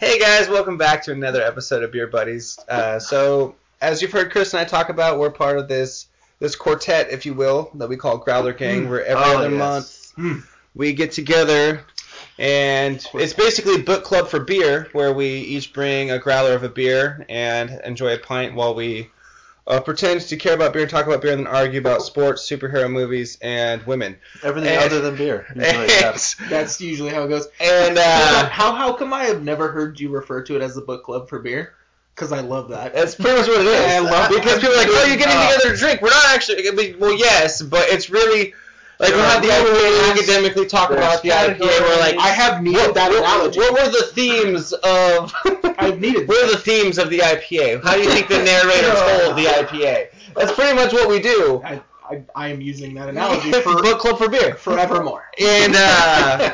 welcome back to another episode of Beer Buddies. Uh, so, as you've heard, Chris and I talk about, we're part of this this quartet, if you will, that we call Growler Gang. Where every Oh, other yes. month Hmm. we get together, and it's basically book club for beer, where we each bring a growler of a beer and enjoy a pint while we uh, pretend to care about beer, talk about beer, and then argue about sports, superhero movies, and women. Everything And- other than beer. usually happens. That's usually how it goes. and How uh, how how come I have never heard you refer to it as the book club for beer? Because I love that. That's pretty much what it is. I love because it. people are like, "Oh, you're getting Uh, together to drink." We're not actually. I mean, well, yes, but it's really like we'll There have are the IPA academically talk There's about the IPA. categories. We're like, I have needed what, that what- analogy. what were the themes of? I've needed. what are the themes of the IPA? How do you think the narrator told the IPA? That's pretty much what we do. I, I, I am using that analogy It's for book club for beer. forevermore. And uh,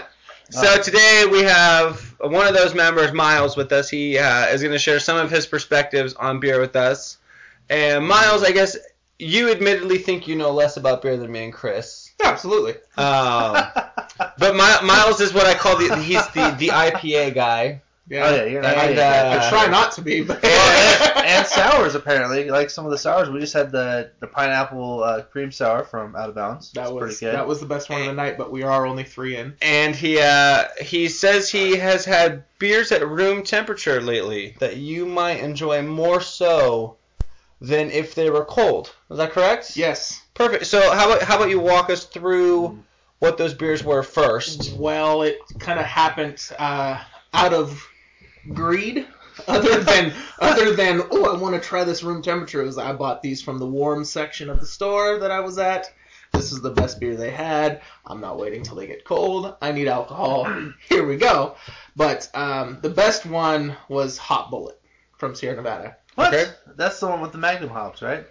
so today we have one of those members, Miles, with us. He uh, is going to share some of his perspectives on beer with us. And Miles, I guess you admittedly think you know less about beer than me and Chris. Absolutely. Um, but My- Miles is what I call the he's the, the IPA guy. Yeah. Oh yeah, you're not. And, yeah, yeah. uh, I try not to be, but Well, and, and sours apparently, like some of the sours. We just had the the pineapple uh, cream sour from Out of Bounds. that It's was pretty good. that was the best one of the night. But we are only three in. And he uh, he says he has had beers at room temperature lately that you might enjoy more so than if they were cold. Is that correct? Yes. Perfect. So how about how about you walk us through what those beers were first? Well, it kind of happened uh, out of greed, other than other than oh, I want to try this room temperature. It was I bought these from the warm section of the store that I was at. This is the best beer they had. I'm not waiting till they get cold. I need alcohol. Here we go. But um, the best one was Hot Bullet from Sierra Nevada. what? Okay. That's the one with the Magnum hops, right?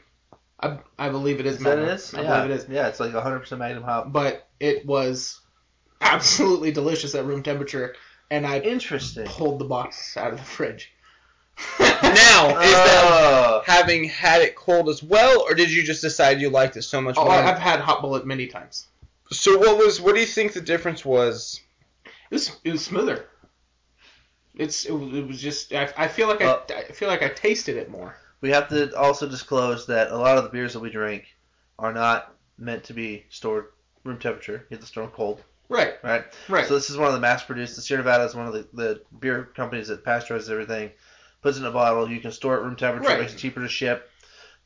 I, I believe it is. Is that it Mountain. is? I yeah. believe it is. Yeah, it's like 100% Magnum hop. But it was absolutely delicious at room temperature, and I Interesting. pulled the box out of the fridge. Now is that Oh. having had it cold as well, or did you just decide you liked it so much oh, more? I- I've had hot bullet many times. so what was what do you think the difference was? It was it was smoother. It's it, was- it was just I, I feel like I, Uh, I feel like I tasted it more. We have to also disclose that a lot of the beers that we drink are not meant to be stored room temperature. You have to store them cold, Right, right? right. So this is one of the mass-produced. The Sierra Nevada is one of the, the beer companies that pasteurizes everything, puts it in a bottle. You can store it room temperature. Right. Makes it cheaper to ship.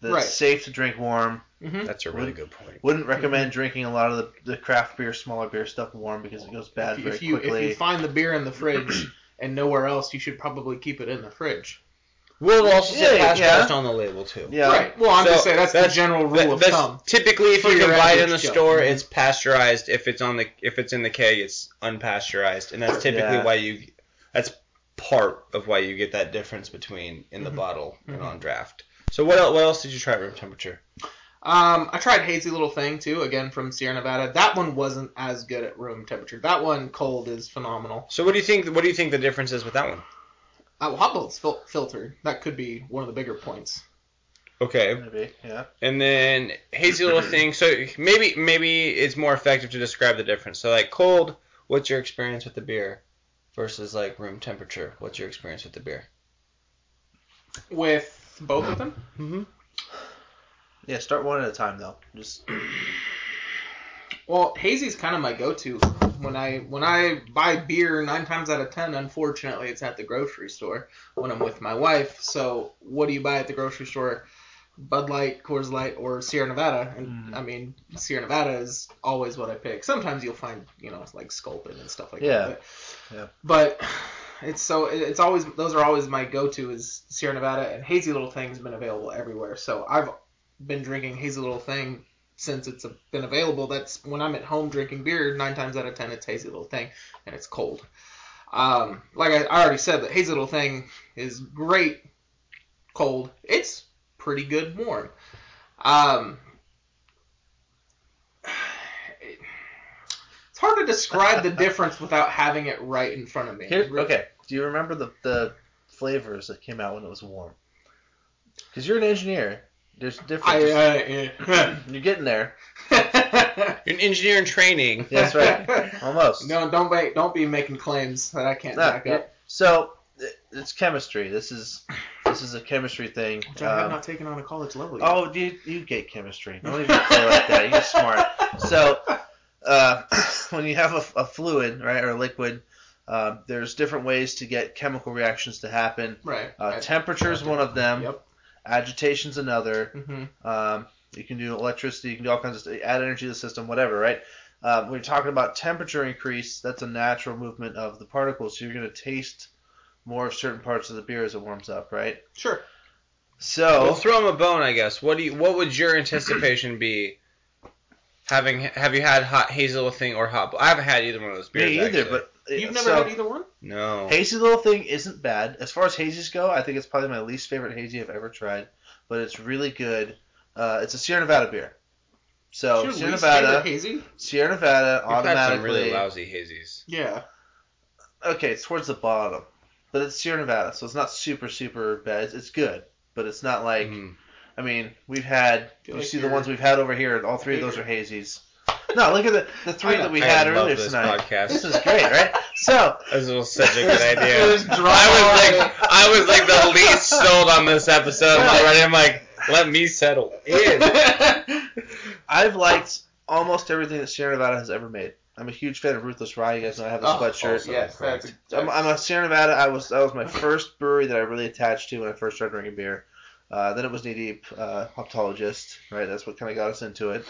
That's Right. safe to drink warm. Mhm. That's a really good point. Wouldn't recommend drinking a lot of the, the craft beer, smaller beer stuff warm because it goes bad if, you- very if you quickly. if you find the beer in the fridge and nowhere else, you should probably keep it in the fridge. We'll also say Yeah, yeah. pasteurized on the label too. yeah. Right. Well, I'm So just saying that's, that's- the general rule That- of that's- thumb. typically, if For you your can buy it in the average Joe. store, it's pasteurized. If it's on the if it's in the keg, it's unpasteurized, and that's typically Yeah. why you. That's part of why you get that difference between in Mm-hmm. the bottle and on draft. So what else, what else did you try at room temperature? Um, I tried hazy little thing too, again from Sierra Nevada. That one wasn't as good at room temperature. That one cold is phenomenal. So what do you think? What do you think the difference is with that one? Uh, well, hot bullet's fil- filtered. That could be one of the bigger points. Okay, Maybe. Yeah. and then hazy little thing. So maybe maybe it's more effective to describe the difference. So like cold, what's your experience with the beer, versus like room temperature, what's your experience with the beer? With both of them? Mm-hmm. Yeah. Start one at a time though. Just Well, hazy's kind of my go-to when I when I buy beer nine times out of ten. Unfortunately, it's at the grocery store when I'm with my wife. So, what do you buy at the grocery store? Bud Light, Coors Light, or Sierra Nevada. And Mhm. I mean, Sierra Nevada is always what I pick. Sometimes you'll find you know like Sculpin and stuff like Yeah. that. But, Yeah. But it's so it- it's always those are always my go-to is Sierra Nevada and Hazy Little Thing's been available everywhere. So I've been drinking Hazy Little Thing since it's been available. That's when I'm at home drinking beer. Nine times out of ten, it's hazy little thing, and it's cold. Um, like I, I already said, that hazy little thing is great cold. It's pretty good warm. Um, it- it's hard to describe the difference without having it right in front of me. here. Okay. Do you remember the the flavors that came out when it was warm? Because you're an engineer. There's different. I, You're getting there. I- You're an engineer in training. That's right. Almost. no, don't wait. Don't be making claims that I can't No, back yeah. up. So it- it's chemistry. This is this is a chemistry thing. Which I have Um, not taken on a college level yet. Oh, you you get chemistry. Don't even play like that. You're smart. So, uh, when you have a, a fluid, right, or a liquid, uh, there's different ways to get chemical reactions to happen. Right. Uh, right. temperature is one of them. Yep. Agitation's another. hmm Um, you can do electricity. You can do all kinds of st- add energy to the system, whatever, right? Um, when you're talking about temperature increase, that's a natural movement of the particles. So you're going to taste more of certain parts of the beer as it warms up, right? Sure. So Well, throw him a bone, I guess. What do you? What would your anticipation be? Having have you had hot hazel thing or hot? I haven't had either one of those beers. me either, actually. but You've never so- had either one? no. Hazy Little Thing isn't bad. As far as hazies go, I think it's probably my least favorite hazy I've ever tried, but it's really good. Uh, it's a Sierra Nevada beer. So It's your Sierra least Nevada, favorite hazy? Sierra Nevada We've had some automatically. really lousy hazies. Yeah. okay, it's towards the bottom, but it's Sierra Nevada, so it's not super super bad. It's, it's good, but it's not like Mm. I mean we've had. Feel You like see the you're- ones we've had over here, and all three of those are hazies. No, look at the the three I know. that we I had love earlier this tonight. podcast. This is great, right? So. This was such a good It was idea. dry. I was like, I was like the least sold on this episode already. I'm like, let me settle in. I've liked almost everything that Sierra Nevada has ever made. I'm a huge fan of Ruthless Rye. You guys know I have a Oh, sweatshirt. awesome. yes, that's I'm, I'm a Sierra Nevada. I was that was my first brewery that I really attached to when I first started drinking beer. Uh, then it was Knee Deep uh, Optologist, right? That's what kind of got us into it.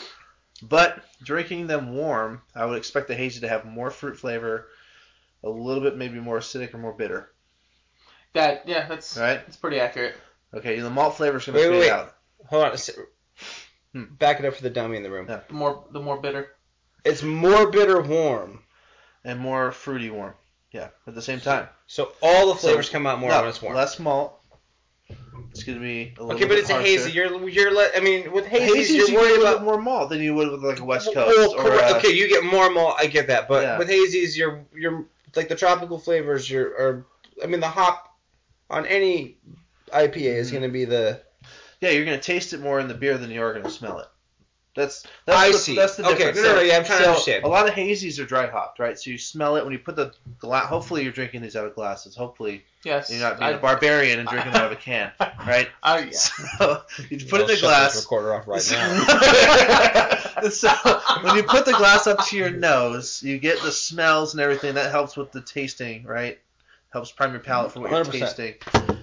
But drinking them warm, I would expect the hazy to have more fruit flavor, a little bit maybe more acidic or more bitter, that. Yeah, that's right? that's pretty accurate. Okay, the malt flavor is going to Wait, fade wait, wait. out. Hold on. a sec. Hmm. Back it up for the dummy in the room. Yeah. The more the more bitter. It's more bitter warm. and more fruity warm. Yeah, at the same time. So all the So- flavors come out more No, when it's warm. Less malt. It's gonna be a little okay, but bit it's a harsher. hazy. You're you're. Le- I mean, with hazies, Hazy's you you're get a worried little about bit more malt than you would with like a West Well, Coast well, or uh, correct. a, okay, you get more malt. I get that, but Yeah. with hazies, you're you're like the tropical flavors. You're are, I mean, the hop on any IPA is Mhm. going to be the. yeah, you're gonna taste it more in the beer than you are gonna smell it. That's that's I the, see. That's the Okay, difference. no, no, no, yeah, I'm trying to So, understand. A lot of hazies are dry hopped, right? So you smell it when you put the glass. Hopefully, you're drinking these out of glasses. Hopefully, Yes. you're not being I- a barbarian and drinking them out of a can, right? I- yeah. So you put I'll it in a shut glass. This recorder off right So- now. so when you put the glass up to your nose, you get the smells and everything. That helps with the tasting, right? Helps prime your palate for what you are 100%. tasting.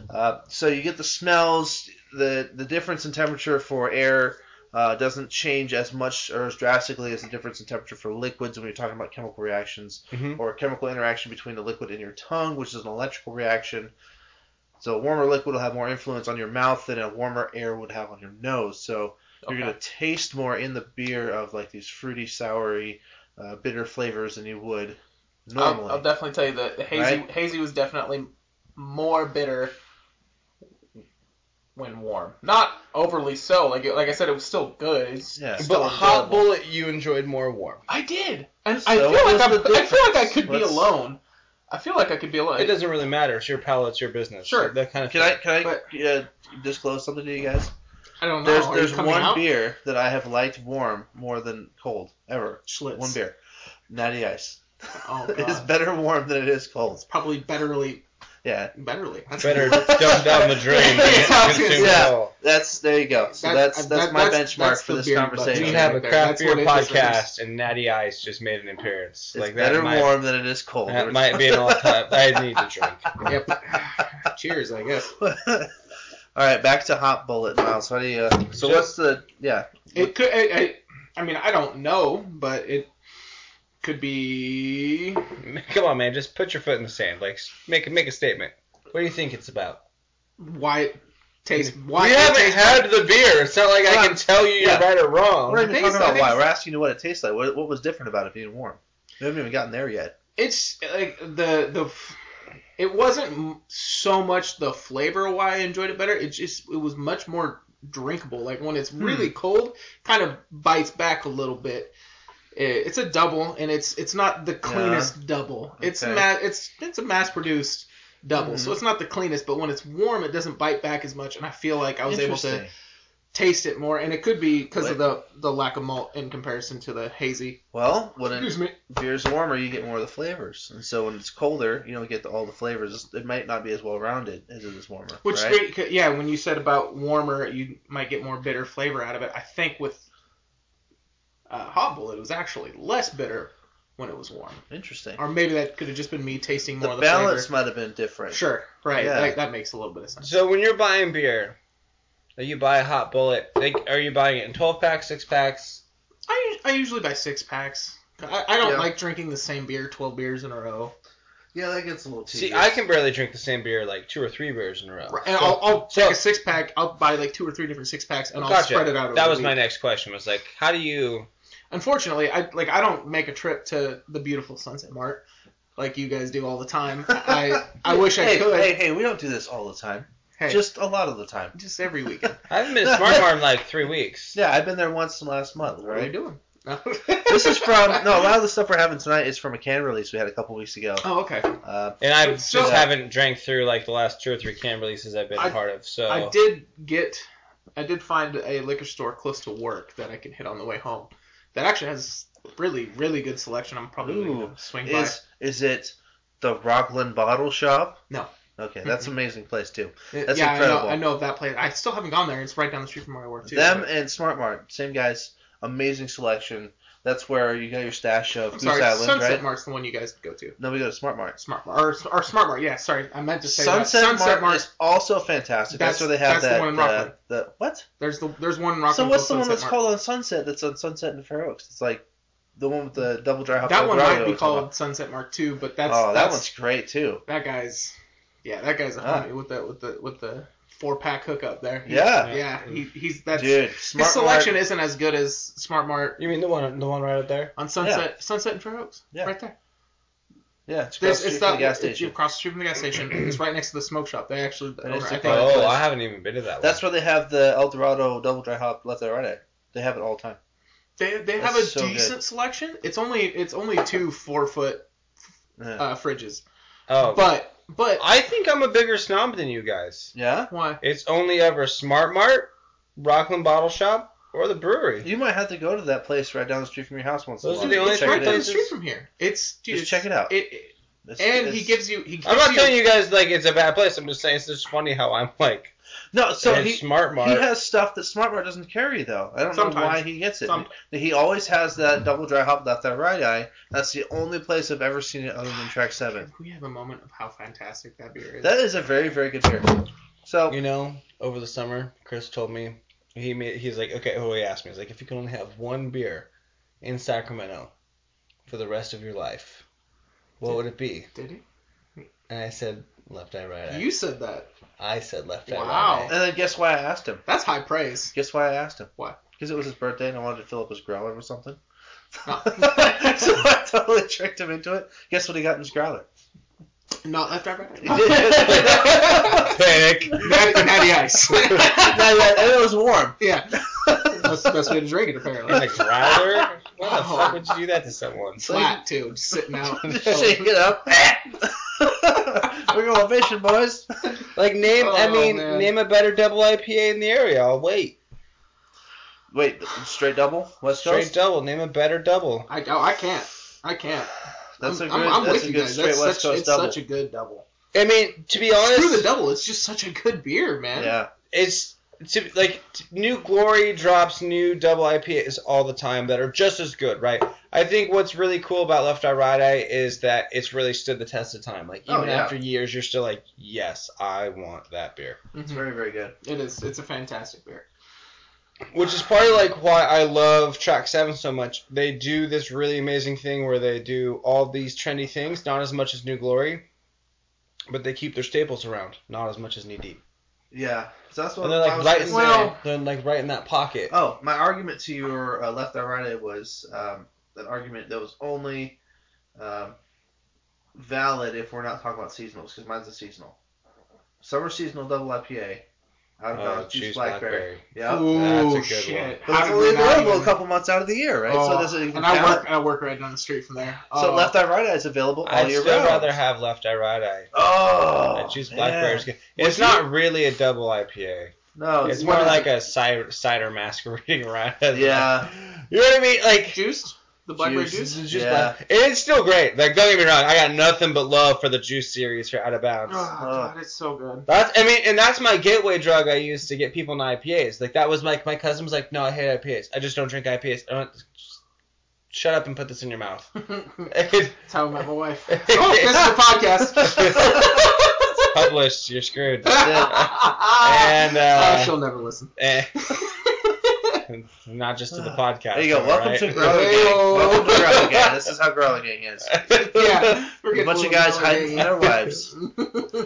Uh, so you get the smells. the The difference in temperature for air uh, doesn't change as much or as drastically as the difference in temperature for liquids when you're talking about chemical reactions Mhm. or chemical interaction between the liquid and your tongue, which is an electrical reaction. So a warmer liquid will have more influence on your mouth than a warmer air would have on your nose. So you're Okay. gonna taste more in the beer of like these fruity, soury, uh, bitter flavors than you would normally. I'll, I'll definitely tell you that the hazy Right? hazy was definitely more bitter when warm. Not overly so. Like it- like I said, it was still good. It's Yeah. still But hot enjoyable. bullet, you enjoyed more warm. I did, and So I feel what was like I'm, the I feel like I difference? could be Let's- alone. I feel like I could be alone. It doesn't really matter. It's your palate. It's your business. Sure. That kind of. Can I can I But- uh, disclose something to you guys? I don't know. There's Are you there's coming one out? beer that I have liked warm more than cold ever. Schlitz. One beer, Natty Ice. Oh, God. it's better warm than it is cold. Probably betterly, Yeah, betterly. That's Better dump down the drain. than Yeah. consume Yeah. it all. that's there you go. So That's- that's that's, that- my that's- benchmark that's for the this beer, but conversation. We Right have a there. craft That's beer what it is. podcast, and Natty Ice just made an appearance. It's like better that might, warm than it is cold. that might be an all-time. I need to drink. Yep. Cheers, I guess. All right, back to hot bullet, Miles. How do you? Uh, So so what's the yeah? It could. I, I, I mean, I don't know, but it could be. Come on, man. Just put your foot in the sand. Like, s- make make a statement. What do you think it's about? Why it tastes? Why we it haven't tastes- had the beer. It's not like I Right. can tell you Yeah. you're right or wrong. We're not even think talking so, I about think why. so. We're asking you what it tastes like. What, what was different about it being warm? We haven't even gotten there yet. It's like the the. f- It wasn't m- so much the flavor why I enjoyed it better. It just it was much more drinkable. Like when it's Hmm. really cold, kind of bites back a little bit. It, it's a double, and it's it's not the cleanest double. It's Okay. ma- it's it's a mass produced double, Mhm. so it's not the cleanest. But when it's warm, it doesn't bite back as much, and I feel like I was able to Interesting. taste it more, and it could be because Wait. of the the lack of malt in comparison to the hazy. Well, when Excuse it me. beer's warmer, you get more of the flavors, and so when it's colder, you don't get the, all the flavors. It might not be as well rounded as it is warmer. Which right? is great, 'cause- yeah. When you said about warmer, you might get more bitter flavor out of it. I think with uh, Hot Bullet, it was actually less bitter when it was warm, Interesting. or maybe that could have just been me tasting more The of the balance flavor. might have been different. Sure, right. Yeah. That, that makes a little bit of sense. So when you're buying beer, that you buy a hot bullet, like, are you buying it in 12 packs, 6 packs? I, I usually buy six packs. I, I don't Yeah. like drinking the same beer twelve beers in a row. Yeah, that gets a little tedious. See, I can barely drink the same beer like two or three beers in a row. And So- I'll, I'll so- take a six pack. I'll buy like two or three different six packs, and I'll Gotcha. spread it out. Over That the was week. my next question. Was like, how do you? Unfortunately, I like I don't make a trip to the beautiful Sunset Mart like you guys do all the time. I I wish I hey, could. Hey, Hey, hey, we don't do this all the time. Just a lot of the time. just every weekend. I haven't been to Smart Farm in like three weeks. Yeah, I've been there once in the last month. what are you Right? doing? this is from no. A lot of the stuff we're having tonight is from a can release we had a couple weeks ago. Oh, okay. Uh, And I just So- haven't drank through like the last two or three can releases I've been a I- part of. So Oh. I did get, I did find a liquor store close to work that I can hit on the way home. That actually has really, really good selection. I'm probably Ooh, gonna swing by. is is it the Rockland Bottle Shop? No. Okay, that's an amazing place too. That's yeah, incredible. I know, I know of that place. I still haven't gone there. It's right down the street from where I work too. Them but- and Smart Mart, same guys, amazing selection. That's where you got your stash of I'm Goose sorry, Island, Sunset right? Mart's the one you guys go to. No, we go to Smart Mart. Smart Mart or, or Smart Mart. Yeah, sorry, I meant to say that. Sunset, Sunset Mart, is also fantastic. That's, That's- where they have that's the that. one in uh, Rockland. the- what? There's the there's one in Rockland. so what's the called one that's Sunset Mart. called on Sunset? That's on Sunset and Fair Oaks. It's like the one with the double dry hop. That one Eldorado might we be were talking called Sunset Mart too, but that's about. oh, that that's, one's great too. that guy's. Yeah, that guy's a Ah. homie with the with the with the four pack hookup there. He- Yeah, yeah, he, he's that's dude. his Smart selection Mart, isn't as good as Smart Mart You mean the one, the one right up there? on Sunset Sunset and Fair Oaks. Yeah. right there. yeah, it's, There's, across the it's street from that the gas it's station. across the street from the gas station. it's right next to the smoke shop. They actually the That owner, is I the think, problem. Oh, place. I haven't even been to that. That's one. where they have the El Dorado double dry hop left and right at. They have it all the time. they they have a That's so good. decent selection. It's only it's only two four foot Yeah. uh, fridges, Oh, but but I think I'm a bigger snob than you guys. yeah? why? It's only ever Smart Mart, Rockland Bottle Shop, or the brewery. You might have to go to that place right down the street from your house once in a Those while. are the only Check it's three it right out. down the places- street from here. It's dude, Just check it out. It, it- It's- and it's- he gives you he gives I'm not you, telling you guys like it's a bad place. I'm just saying it's just funny how I'm like. no. So and he, Smart Mart. He has stuff that Smart Mart doesn't carry though. I don't know Sometimes. why he gets it. Some- He always has that double dry hop left that right eye. That's the only place I've ever seen it other than track seven. we have a moment of how fantastic that beer is. That is a very very good beer. So You know, over the summer, Chris told me he made, he's like, okay, oh, he asked me, he's like, if you could only have one beer in Sacramento for the rest of your life, what would it be? Did he? And I said, left eye, right eye. You said that. I said left eye, Wow. right eye. and then guess why I asked him. That's high praise. Guess why I asked him? Why? Because it was his birthday and I wanted to fill up his growler or something. Oh. so I totally tricked him into it. Guess what he got in his growler? Not left, right, right. He did. Panic. natty, natty ice. Now, yeah, and it was warm. yeah, that's the best way to drink it In apparently. a growler? Why the Wow. fuck would you do that to someone? Flat too, just sitting out. Oh, Just shake it up. We're going fishing, boys. Like name, I Oh, mean, man. name a better double IPA in the area. I'll wait. Wait, straight double West Straight Coast. double. Name a better double. I oh, I can't. I can't. That's I'm, a good. I'm, I'm that's with a you good guys. straight That's West such, Coast it's double. such a good double. I mean, to be honest, Screw the double. It's just such a good beer, man. yeah, it's to, like t- new glory drops new double IPAs all the time that are just as good, right? I think what's really cool about Left Eye Right Eye is that it's really stood the test of time. Like Oh, even yeah. after years, you're still like, yes, I want that beer, it's Mhm. very very good. It is. It's a fantastic beer. which is part of like why I love Track Seven so much. They do this really amazing thing where they do all these trendy things, not as much as New Glory, but they keep their staples around, not as much as Knee Deep, Yeah, so that's what and they're I like was right gonna in say. Well- they're like right in that pocket. Oh, my argument to your uh, left eye right eye was um, an argument that was only um, valid if we're not talking about seasonals because mine's a seasonal. Summer seasonal double IPA. Out of Oh, uh, juice blackberry. Yeah. Ooh, that's a good shit. But it's How did only we not available a even- couple months out of the year, right? Oh, so does it even and I count? work. I work right down the street from there. So Oh. left eye right eye is available all I'd year still round. rather have left eye right eye. Oh, I choose blackberry. yeah. It's Would you- not really a double IPA. No, It's more like a cider, cider masquerading rather. than- Yeah. You know what I mean? Like, Juiced? The blackberry juice? It's just Yeah. like- and it's still great. Like, don't get me wrong. I got nothing but love for the Juice series for Out of Oh, Bounds. God, it's so good. That's, I mean, and that's my gateway drug I used to get people in IPAs. Like, that was like my cousin was like, no, I hate IPAs. I just don't drink IPAs. I went, "Just shut up and put this in your mouth. That's it's how I met my wife. Oh, this is the published. You're screwed. podcast. And, uh, Oh, she'll never listen. Eh, not just to the podcast. There you go. Welcome to Growler Hey-o. Gang. Welcome to Growler Gang. This is how Growler Gang is. to. yeah. A bunch of guys hiding from their wives,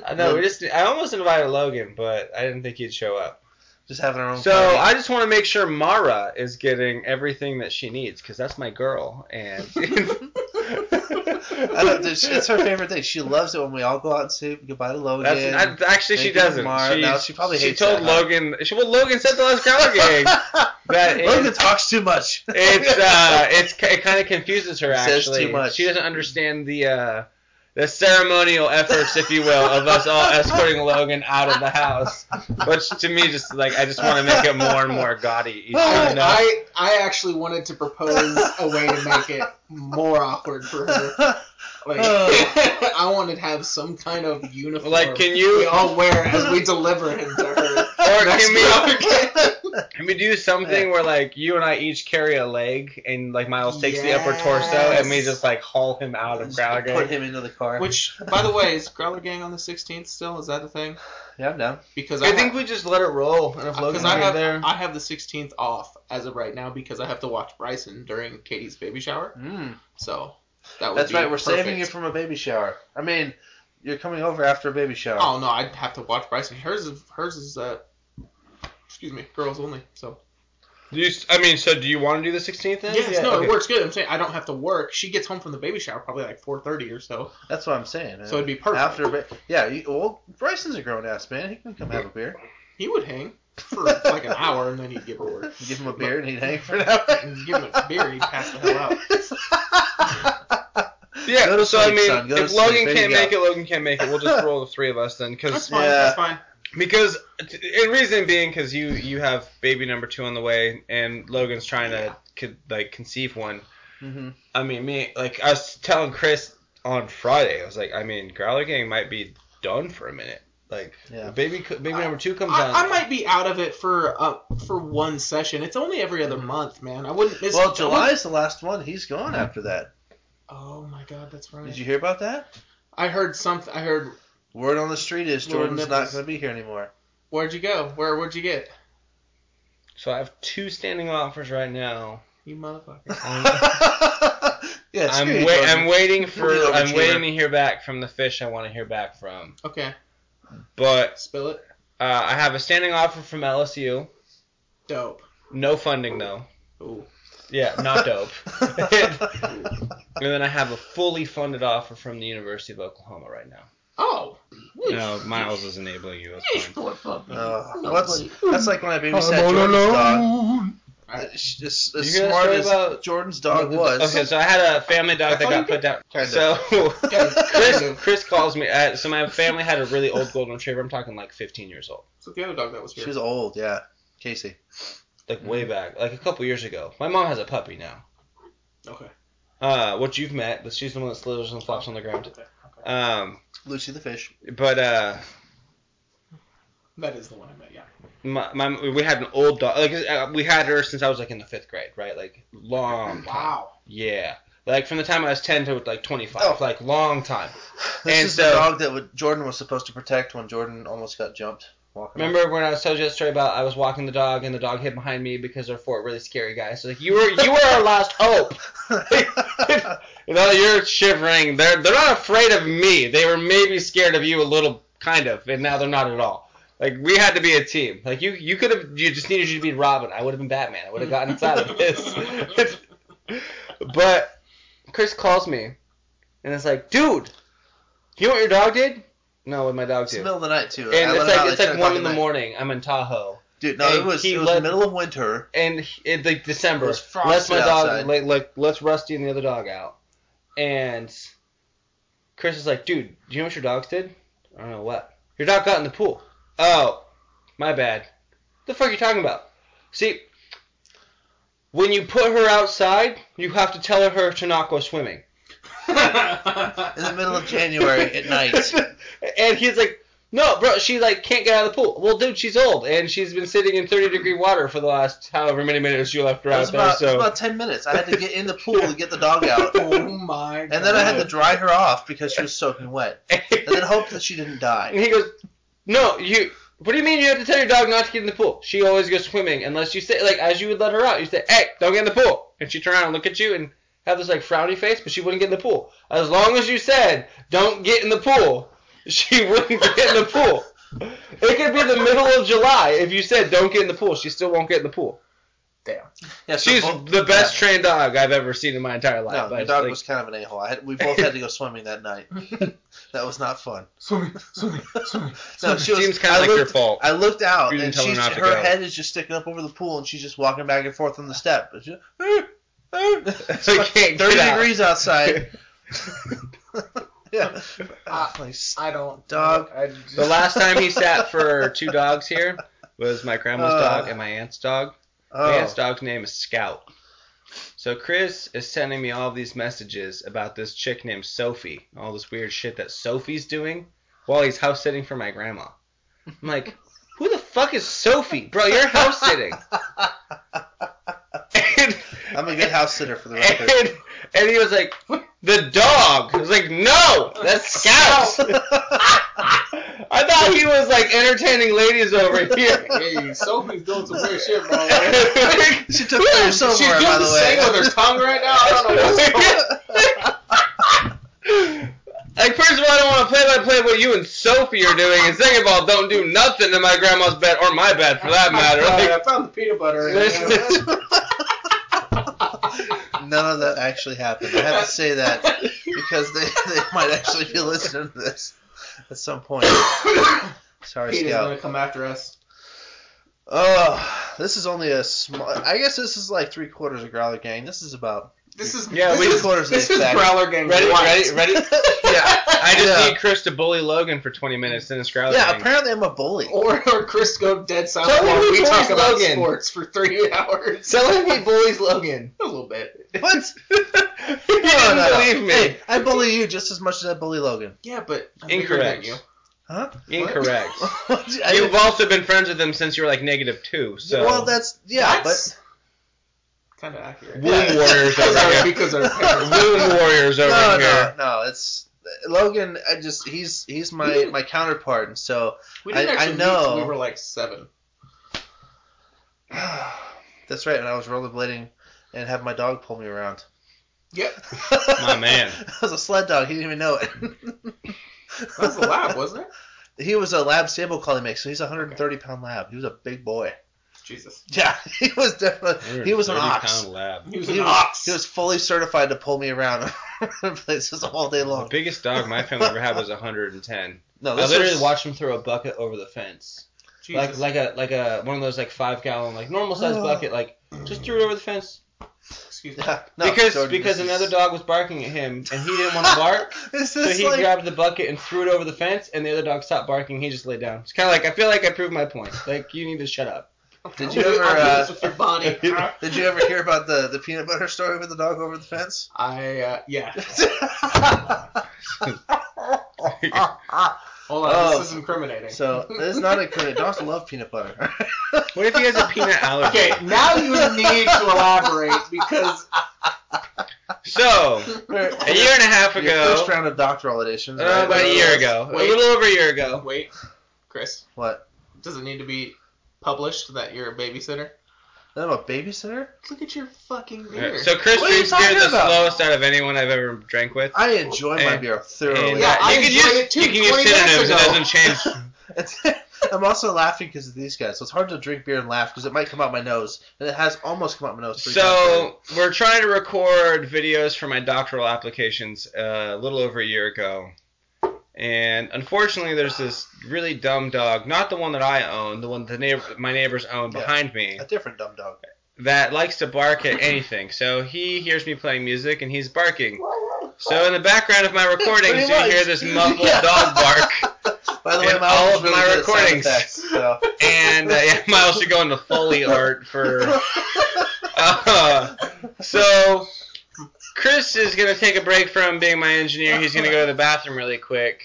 I know. We just. I almost invited Logan, but I didn't think he'd show up. just having their own. So party. I just want to make sure Mara is getting everything that she needs because that's my girl, and I don't, it's, it's her favorite thing. She loves it when we all go out and say goodbye to Logan. that's, I, actually she Thank you, doesn't. Mara. She, No, she probably she hates told that, huh? Logan. She, well, Logan said the last Gala game that Logan it, talks too much. it's uh, it's it kind of confuses her Says actually. too much. She doesn't understand the uh, the ceremonial efforts, if you will, of us all escorting Logan out of the house. Which to me, just like I just want to make it more and more gaudy. each Oh, time, you know? Oh, I, I actually wanted to propose a way to make it more awkward for her. Like, Oh. I wanted to have some kind of uniform. Like, can you- We all wear as we deliver him to her. or Next can we? week. Can we do something where like you and I each carry a leg and like Miles takes the upper torso and we Yes. just like haul him out of Crowd Put him into the car. Which, by the way, is Growler Gang on the 16th still? Is that a thing? yeah, I'm down. Because I think we just let it roll and if Logan's Because I not have there. I have the 16th off as of right now because I have to watch Bryson during Katie's baby shower. Mm. So that would That's be right. We're perfect. saving you from a baby shower. I mean, you're coming over after a baby shower. Oh no, I'd have to watch Bryson. Hers is hers is uh, excuse me, girls only. So Do you, I mean, so do you want to do the 16th then? yes, Yeah, no, okay. it works good. I'm saying I don't have to work. She gets home from the baby shower probably like 4:30 or so. That's what I'm saying. Man. So it'd be perfect. After, a ba- yeah. You, well, Bryson's a grown ass man. He can come have a beer. He would hang for like an hour and then he'd get bored. You give him a beer and he'd hang for an hour. And give him a beer, and he'd pass the hell out. Yeah, Go to so I sleep, mean, son. Go to if sleep. Logan There can't you go. make it, Logan can't make it. We'll just roll the three of us then, That's cause fine. Yeah. That's fine. because and reason being, cause you you have baby number two on the way and Logan's trying to could, like conceive one. Mhm. I mean, me like I was telling Chris on Friday. I was like, I mean, Growler Gang might be done for a minute. Like, Yeah. baby, co- baby I- number two comes out. I, I might be out of it for uh for one session. It's only every other month, man. I wouldn't miss. Well, I wouldn't- July's the last one. He's Mm-hmm. gone after that. Oh my God, that's right. Did you hear about that? I heard something. I heard. Word on the street is Little Jordan's not nipples. going to be here anymore. Where'd you go? Where? Where'd you get? So I have two standing offers right now. You motherfucker. I'm, yeah, I'm, screw you, wait, Jordan. I'm waiting for. You're the I'm overachiever. waiting to hear back from the fish. I want to hear back from. Okay, But spill it. uh, I have a standing offer from LSU. Dope. No funding though. Ooh. Yeah, not dope. And then I have a fully funded offer from the University of Oklahoma right now. Oh. No, Miles is enabling you. Hey, That's fine. poor puppy. Uh, Poor that's, puppy. that's like when I Oh, babysat Jordan's dog. Alright. As, as You hear that smart story as about- Jordan's dog Okay, was. Okay, so I had a family dog that That's all got you put down. Kinda. So Guys, Chris, Chris calls me. Uh, so my family had a really old golden retriever. I'm talking like 15 years old, So the other dog that was here. She was old, yeah. Casey. like way Mm-hmm. back, like a couple years ago. My mom has a puppy now, okay. uh, which you've met, but she's the one that slithers and flops on the ground. Okay, okay. Um, Lucy the fish. but uh, That is the one I met. Yeah. my, my we had an old dog. Like uh, we had her since I was like in the fifth grade, right? Like long. Time. Wow. Yeah. Like from the time I was 10 to like 25. Oh. Like long time. This And is so- the dog that would, Jordan was supposed to protect when Jordan almost got jumped. Walking Remember when I was telling you that story about I was walking the dog and the dog hid behind me because they're four really scary guys. So like you were you were our last hope. You know, you're shivering. They're they're not afraid of me. They were maybe scared of you a little, kind of, and now they're not at all. Like we had to be a team. Like you you could have you just needed you to be Robin. I would have been Batman. I would have gotten inside of this. but Chris calls me, and it's like, dude, you know what your dog did? No, what my dog it's the did. middle of the night, too. I And let it's him like out it's like 10 one in o'clock the at night. morning. I'm in Tahoe, Dude, no, Hey, it was, he it was let- middle of winter. and he- it, like December. It was frosty Let's my dog outside. like, like let's Rusty and the other dog out, and Chris is like, dude, do you know what your dogs did? I don't know what. Your dog got in the pool. Oh, my bad. The fuck are you talking about? See, when you put her outside, you have to tell her to not go swimming. In the middle of January at night. and he's like, "No, bro, she like can't get out of the pool." Well, dude, she's old and she's been sitting in 30 degree water for the last however many minutes you left her It was, out there. about, it was So about 10 minutes. I had to get in the pool to get the dog out. oh my god. And then I had to dry her off because she was soaking wet. And then hope that she didn't and die. he goes, "No, you." What do you mean you have to tell your dog not to get in the pool? She always goes swimming unless you say like as you would let her out. You say, "Hey, don't get in the pool," and she turn around and look at you and have this like frowny face, but she wouldn't get in the pool. As long as you said, "Don't get in the pool," she wouldn't get in the pool. It could be the middle of July if you said, "Don't get in the pool," she still won't get in the pool. Damn. Yeah, so She's both- the best trained dog I've ever seen in my entire Yeah. life. Oh, No, I the just dog think- was kind of an a-hole. I had, we both had to go swimming that night. that was not fun. Swimming, swimming, swimming. No, she was, Seems kinda I like looked, your fault. I looked out, You didn't and tell her she's, not to her go. head is just sticking up over the pool, and she's just walking back and forth on the step. And she- So you can't get 30 out. degrees outside. yeah. Ah. Like, s- I don't. Dog. I just, the last time he sat for two dogs here was my grandma's Uh. dog and my aunt's dog. My oh. aunt's dog's name is Scout. So Chris is sending me all these messages about this chick named Sophie, all this weird shit that Sophie's doing while he's house sitting for my grandma. I'm like, who the fuck is Sophie, bro? You're house sitting. And- I'm a good house sitter for the record. and, and he was like, the dog. I was like, no, that's Scout. I thought he was like entertaining ladies over here. Hey, Sophie's doing some weird shit, bro. she took her She's somewhere, doing the by the Sing way. with her tongue right now. I don't know. What's like, first of all, I don't want to play by play what you and Sophie are doing, and second of all, don't do nothing to my grandma's bed or my bed for that matter. Sorry, Like, I found the peanut butter. in this- there. this- None of that actually happened. I have to say that because they, they might actually be listening to this at some point. Sorry, Peter's Scout. gonna come after us. Oh, this is only a small. I guess this is like three quarters of Growler Gang. This is about. This is Yeah, This we- is, quarters this of is the fact. Growler Gang. ready, White. ready, ready? yeah. I just Yeah. need Chris to bully Logan for 20 minutes, then it's Scarlet. Yeah, Gang. apparently I'm a bully. Oh, Or, or Chris go dead silent Tell him while who we talk bullies about Logan. sports for three hours. Tell him he bullies Logan. A little bit. What? you didn't No, no, no. believe me. Hey, I bully you just as much as I bully Logan. Yeah, but I'm Incorrect. bigger Huh? Incorrect. I You've didn't- also been friends with him since you were like negative two, so Well, that's yeah, kind of accurate. Wound Yeah. warriors Because over our, here. because our parents. Wound warriors but over no, no, here. no. It's Logan. I just he's he's my my counterpart, and so We didn't I- I actually meet know. till we were like seven. that's right. And I was rollerblading and had my dog pull me around. Yep. My man. I was a sled dog. He didn't even know it. That was a lab, wasn't it? He was a lab stable collie mix, so he's a 130 pound lab. He was a big boy. Jesus. Yeah, he was definitely he was an 130 ox. pound lab. He was He an was- ox. He was fully certified to pull me around places all day The long. biggest dog my family ever had was 110. No, I this literally was, watched him throw a bucket over the fence, Jesus. like like a like a one of those like five gallon like normal size Oh. bucket, like just threw it over the fence Excuse me. Yeah, no, because Jordan, because this is- another dog was barking at him and he didn't want to bark, This so is he like grabbed the bucket and threw it over the fence, and the other dog stopped barking. He just laid down. It's kind of like I feel like I proved my point. Like you need to shut up. Did you I'll do ever, uh, this with your body? Did you ever hear about the, the peanut butter story with the dog over the fence? I uh, yeah. Hold on, Oh. this is incriminating. so this is not incriminating. Dogs love peanut butter. What if he has a peanut allergy? Okay, now you need to elaborate because So a year and a half Your first ago, round of doctoral editions. uh, about a year ago, Wait. a little over a year ago. wait, Chris, What? does it need to be published that you're a babysitter? Then I'm a babysitter. Look at your fucking Yeah, beard. So Chris What are you drinks beer talking the about? slowest out of anyone I've ever drank with. I enjoy my And- beer And, thoroughly. Yeah, uh, I you can enjoyed use it too you can use 20 minutes synonyms. It ago. doesn't change. I'm also laughing because of these guys. So it's hard to drink beer and laugh because it might come out my nose, and it has almost come out my nose. Three times So we're trying to record videos for my doctoral applications uh, a little over a year ago, and unfortunately, there's this really dumb dog, not the one that I own, the one the neighbor, my neighbors own Yeah. behind me, already. a different dumb dog. that likes to bark at anything. So he hears me playing music and he's barking. So in the background of my recordings, Pretty you much. hear this muffled Yeah. dog bark. By the way, In Miles all is of really my good at sound recordings. effects, so. and uh, yeah, Miles should go into Foley art for. Uh, so Chris is gonna take a break from being my engineer. He's gonna go to the bathroom really quick,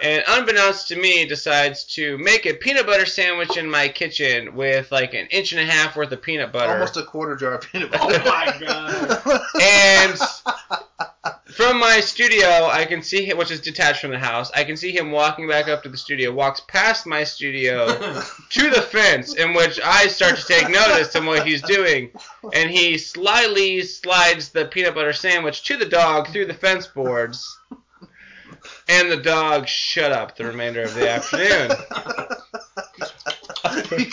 and unbeknownst to me, decides to make a peanut butter sandwich in my kitchen with like an inch and a half worth of peanut butter. Almost a quarter jar of peanut butter. Oh my god. and from my studio, I can see him, which is detached from the house. I can see him walking back up to the studio. Walks past my studio to the fence, in which I start to take notice in what he's doing, and he slyly slides the peanut butter sandwich to the dog through the fence boards. And the dog shut up the remainder of the afternoon.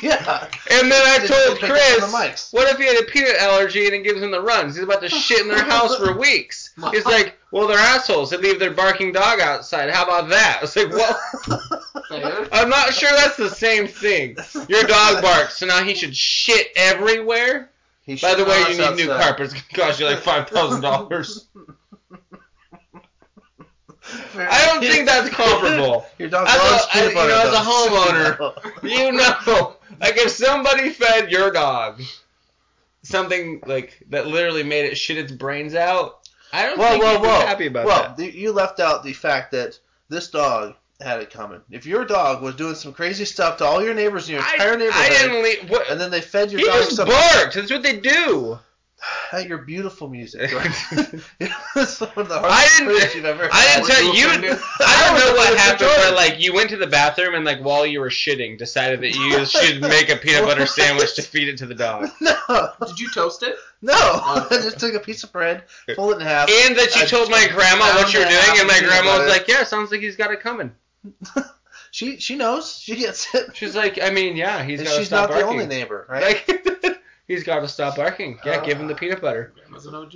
yeah. And then I Just told pick up on the Chris, mics. what if he had a peanut allergy and it gives him the runs? He's about to shit in their house for weeks. He's like, well, they're assholes. They leave their barking dog outside. How about that? I was like, well, Fair. I'm not sure that's the same thing. Your dog barks, so now he should shit everywhere. He By the shit way, on you us need new outside. carpets. It's gonna cost you like five thousand dollars. I don't think that's comparable. Your dog As a- loves peanut I- you butter. know, as a though. You know, like if somebody fed your dog something like that literally made it shit its brains out, I don't Whoa, think whoa, you'd be whoa! happy about well, that. th- you left out the fact that this dog had it coming. If your dog was doing some crazy stuff to all your neighbors in your I, entire neighborhood, I didn't leave. What, and then they fed your he dog just some barked. That's what they do. your beautiful music. Right? It's one of the hardest I didn't- things you've ever I didn't had. tell you. I don't know what happened, but like you went to the bathroom and like while you were shitting, decided that you should make a peanut butter sandwich to feed it to the dog, No, Did you toast it? no. I just took a piece of bread, pulled it in half. and that you I told my grandma what found you were that doing, and my apple grandma was butter. like, "Yeah, sounds like he's got it coming." She she knows. She gets it. She's like, "I mean, yeah, he's And got to she's stop not the barking." only neighbor, right? Uh. Like, he's got to stop barking. Yeah, give him the peanut butter. Was an OG?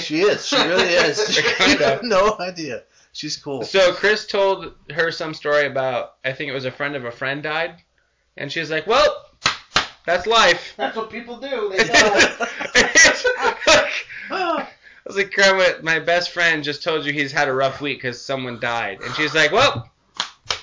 She is. She really is. Kind you of. have no idea. She's cool. So Chris told her some story about I think it was a friend of a friend died, and she's like, "Well, that's life." That's what people do. They I Ah, was like, Grandma, my best friend just told you he's had a rough week because someone died, and she's like, "Well,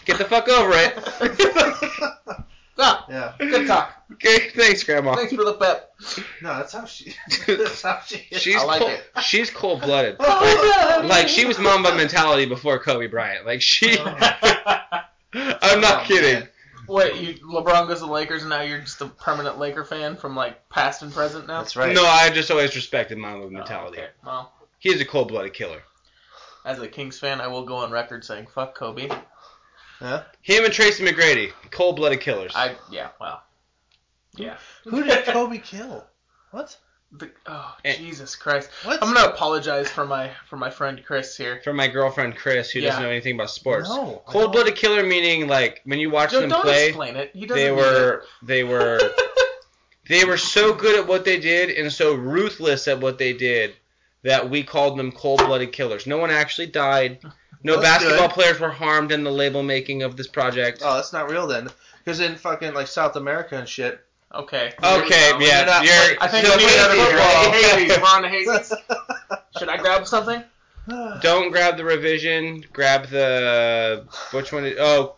get the fuck over it." ah, yeah. good talk. okay, thanks, Grandma. Thanks for the pep. No, that's how she. That's how she. Is. She's I like cold, it. she's cold blooded. Oh, Like she was Mamba mentality before Kobe Bryant. Like she, I'm not Oh, kidding. man. What you LeBron goes to the Lakers and now you're just a permanent Laker fan from like past and present now? That's right. No, I just always respected Mamba Oh, mentality. okay. Well, He's a cold blooded killer. as a Kings fan, I will go on record saying fuck Kobe. Him and Tracy McGrady, cold blooded killers. I yeah, wow. Yeah. Who did Kobe kill? What? The, oh And- Jesus Christ. What? I'm gonna apologize for my for my friend Chris here. From my girlfriend Chris, who Yeah. doesn't know anything about sports. No. I Cold blooded killer meaning like when you watch Don't, them don't play, explain it. He doesn't they need were they were it. they were so good at what they did and so ruthless at what they did that we called them cold blooded killers. No one actually died. No That's basketball good. players were harmed in the label making of this project. Oh, that's not real then. Because in fucking like South America and shit. okay. okay, Here we go. yeah, you're not- you're I think so we need another hazy, football. right? Hazies. We're on to Hazies. Should I grab something? Don't grab the revision. Grab the which one? Is, oh,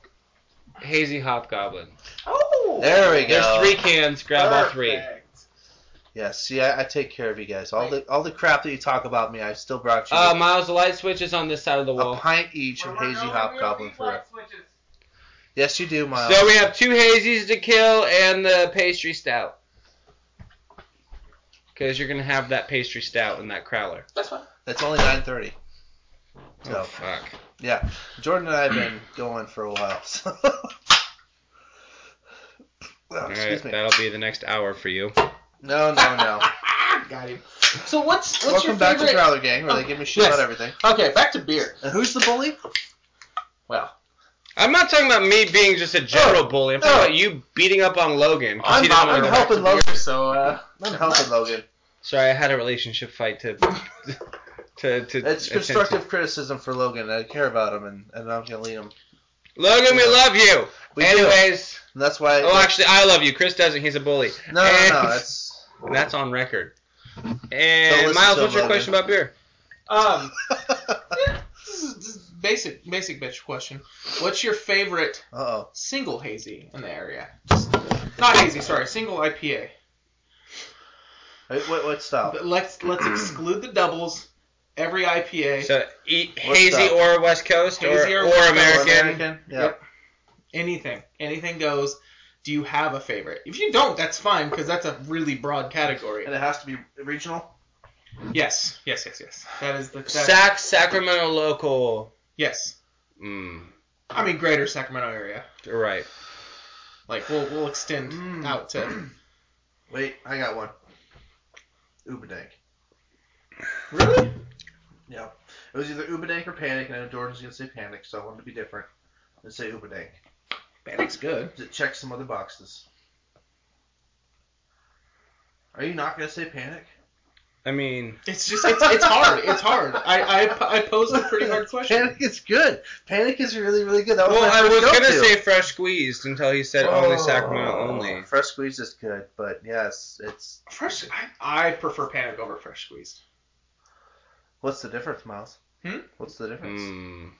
hazy hobgoblin. Oh, There we go. There's three cans. Grab all three. Perfect. Yeah. See, I, I take care of you guys. All Wait. the all the crap that you talk about me, I still brought you Uh, Miles, the light switch is on this side of the a wall. pint each of hazy hobgoblin for. Yes, you do, Miles. So we have two hazies to kill and the pastry stout. Because you're gonna have that pastry stout and that crowler. That's fine. That's only nine thirty. Oh No. fuck. Jordan and I have been going for a while. So. Oh, All right, uh, excuse me. that'll be the next hour for you. No, no, no. Got him. So what's what's Welcome your back to favorite? Growler Gang, where they give me shit Yes. about everything. okay, back to beer. And who's the bully? Well, I'm not talking about me being just a general bully. I'm talking Oh, no. about you beating up on Logan. 'cause I'm, Oh, he didn't not, wanna I'm go back helping helping Logan. Logan, so uh, I'm helping Logan. Sorry, I had a relationship fight to to to. It's attend to. constructive criticism for Logan. I care about him, and, and I'm gonna lead him. Logan, we love you. We do. Anyways, And that's why. oh, actually, I love you. Chris doesn't. He's a bully. no, no, no. and- That's And that's on record. Don't And listen Miles, to what's your Logan. question about beer? um, this is- this is basic basic bitch question. What's your favorite Uh oh. single hazy in the area? Just, not hazy, sorry, single IPA. What, what Oh. style? But let's let's exclude the doubles. Every IPA, So eat What's hazy up? or West Coast or, Hazy or or, West Coast. American. Yeah. Yep. anything, anything goes. Do you have a favorite? If you don't, that's fine because that's a really broad category. And it has to be regional. Yes, yes, yes, yes. That is the that, Sac Sacramento local. yes. Mm, I mean, greater Sacramento area. you're right. Like we'll we'll extend Mm. out to Wait, I got one. Uberdank. really. Yeah. It was either Uberdank or Panic, and I know Jordan's gonna say Panic, so I wanted to be different. and say Uberdank. Bannock's good. 'Cause It checks some other boxes. Are you not gonna say Panic? I mean, It's just it's, it's hard. It's hard. I, I I posed a pretty hard question. Panic is good. Panic is really, really good. That was well, my I first was gonna go-to. say fresh squeezed until he said only Sacramento Oh. only. Fresh squeeze is good, but yes, it's Fresh. I, I prefer Panic over Fresh Squeezed. what's the difference, Miles? Hmm? What's the difference? Mm.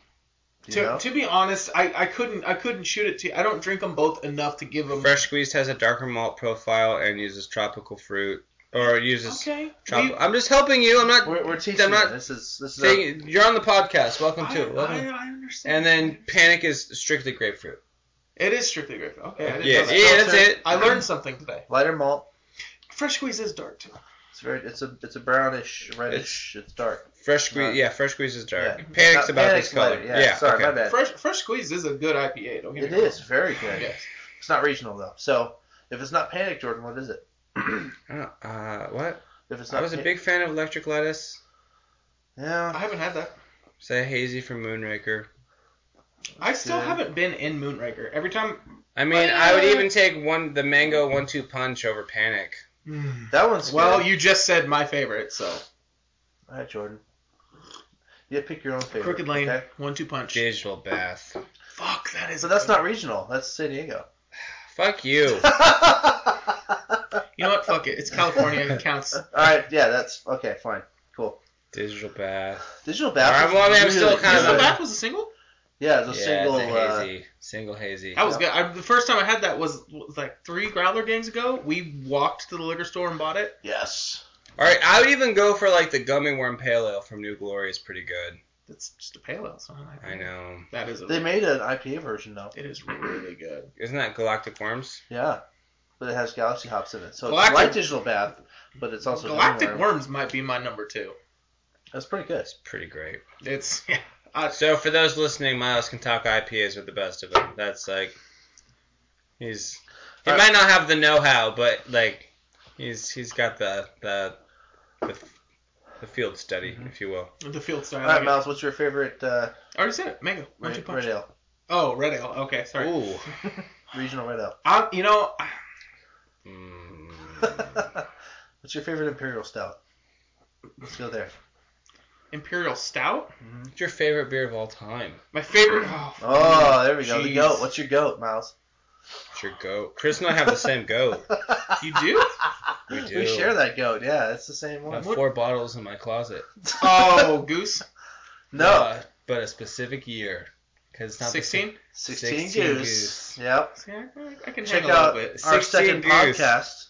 Do you To, know? to be honest, I, I couldn't I couldn't shoot it to. I don't drink them both enough to give them. Fresh squeezed has a darker malt profile and uses tropical fruit or uses Okay. tropical. We- I'm just helping you. I'm not We're, we're teaching. not you. this is this is our- saying you're on the podcast. Welcome I, to. Welcome. I, I understand. and then panic is strictly grapefruit. it is strictly grape. Okay. I didn't Yeah, know that. yeah, that's it. I learned something today. lighter malt. Fresh Squeeze is dark too. It's very it's a it's a brownish reddish. It's, dark. Fresh squeeze. Not- yeah, fresh squeeze is dark. Yeah. Panic's Not- about Panic's this color. lighter, Yeah. sorry, okay. my bad. Fresh Fresh Squeeze is a good IPA. Don't get It me wrong. is very good. Yes. It's not regional though. So if it's not Panic, Jordan, what is it? Uh, uh, what? If it's not I was a Pan- big fan of Electric Lettuce. I yeah. haven't had that. Say hazy from Moonraker. I still good. haven't been in Moonraker. Every time. I mean, I would even take one the mango one two punch over Panic. That one's Well, Mm. good. you just said my favorite, so All right, Jordan. Yeah, pick your own favorite. Crooked Lane, okay? one two punch. Digital bath. Fuck, that is. So that's good. not regional. That's San Diego. Fuck you. You know what? Fuck it. It's California. It counts. All right. Yeah. That's okay. Fine. Cool. Digital bath. Digital bath. All right, well, I mean, I'm still kind Digital of- Bath was a single. Yeah, it's Yeah, a single. it's uh, a hazy. single hazy. That was good. I, the first time I had that was, was like three growler games ago. We walked to the liquor store and bought it. uh, yes. All right, I would even go for like the gummy worm pale ale from New Glory is pretty good. It's just a pale ale. It's not an IPA. I know. That is. A, They made an IPA version though. It is really good. Isn't that Galactic Worms? Yeah, but it has galaxy hops in it, so Galactic- it's light digital bath, but it's also Galactic Dreamworm. Worms might be my number two. That's pretty good. That's pretty great. It's yeah. I, So for those listening, Miles can talk IPAs with the best of them. That's like he's he All right. might not have the know-how, but like he's he's got the the the, the field study, Mm-hmm. if you will. the field style. All right, Miles, what's your favorite uh, I already said it. Mango. One two red, punch. red ale? Oh, red ale. Okay, sorry. Ooh. Regional red ale. I, you know, Mm. what's your favorite imperial stout? Let's go there. Imperial Stout. What's your favorite beer of all time? My favorite. Oh, Oh, there we go. The Jeez. goat. What's your goat, Miles? It's your goat. Chris and I have the same goat. you do? We do. We share that goat. Yeah, it's the same I one. have four bottles in my closet. Oh, Goose. no, Uh, but a specific year. Cause it's not the same- Sixteen. 16, 16 goose. goose. Yep. See, I, I can Check handle a out little bit. 16 our second goose. podcast.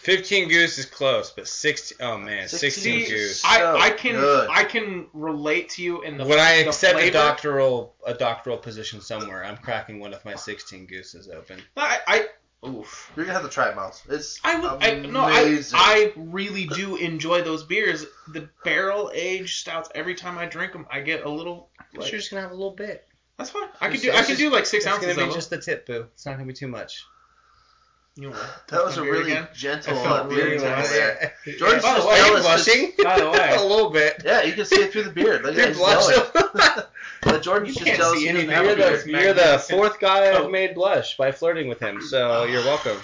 15 goose is close, but 16 oh man, 16, 16 goose. I- so I, I can good. I can relate to you in the when I the accept a flavor. doctoral a doctoral position somewhere, I'm cracking one of my 16 gooses open. I, I oof. You're gonna have to try it, Miles. It's I would I, no I, amazing. I really do enjoy those beers. The barrel aged stouts. Every time I drink them, I get a little. Like, just gonna have a little bit. that's fine. I can It's do I just- can do like six It's ounces gonna of be them. just the tip, boo. It's not gonna be too much. You know, That was a beer really again. gentle I felt uh, beard really over nice. there. Jordan's Jordan's by the just way, are you jealous 'cause- blushing? By the way. a little bit. Yeah, you can see it through the beard. Look at You're he's glowing. blushing. But Jordan's You just can't jealous see he doesn't anything. have you're a the, beard. you're the magnificent. fourth guy Oh. I've made blush by flirting with him, so you're welcome.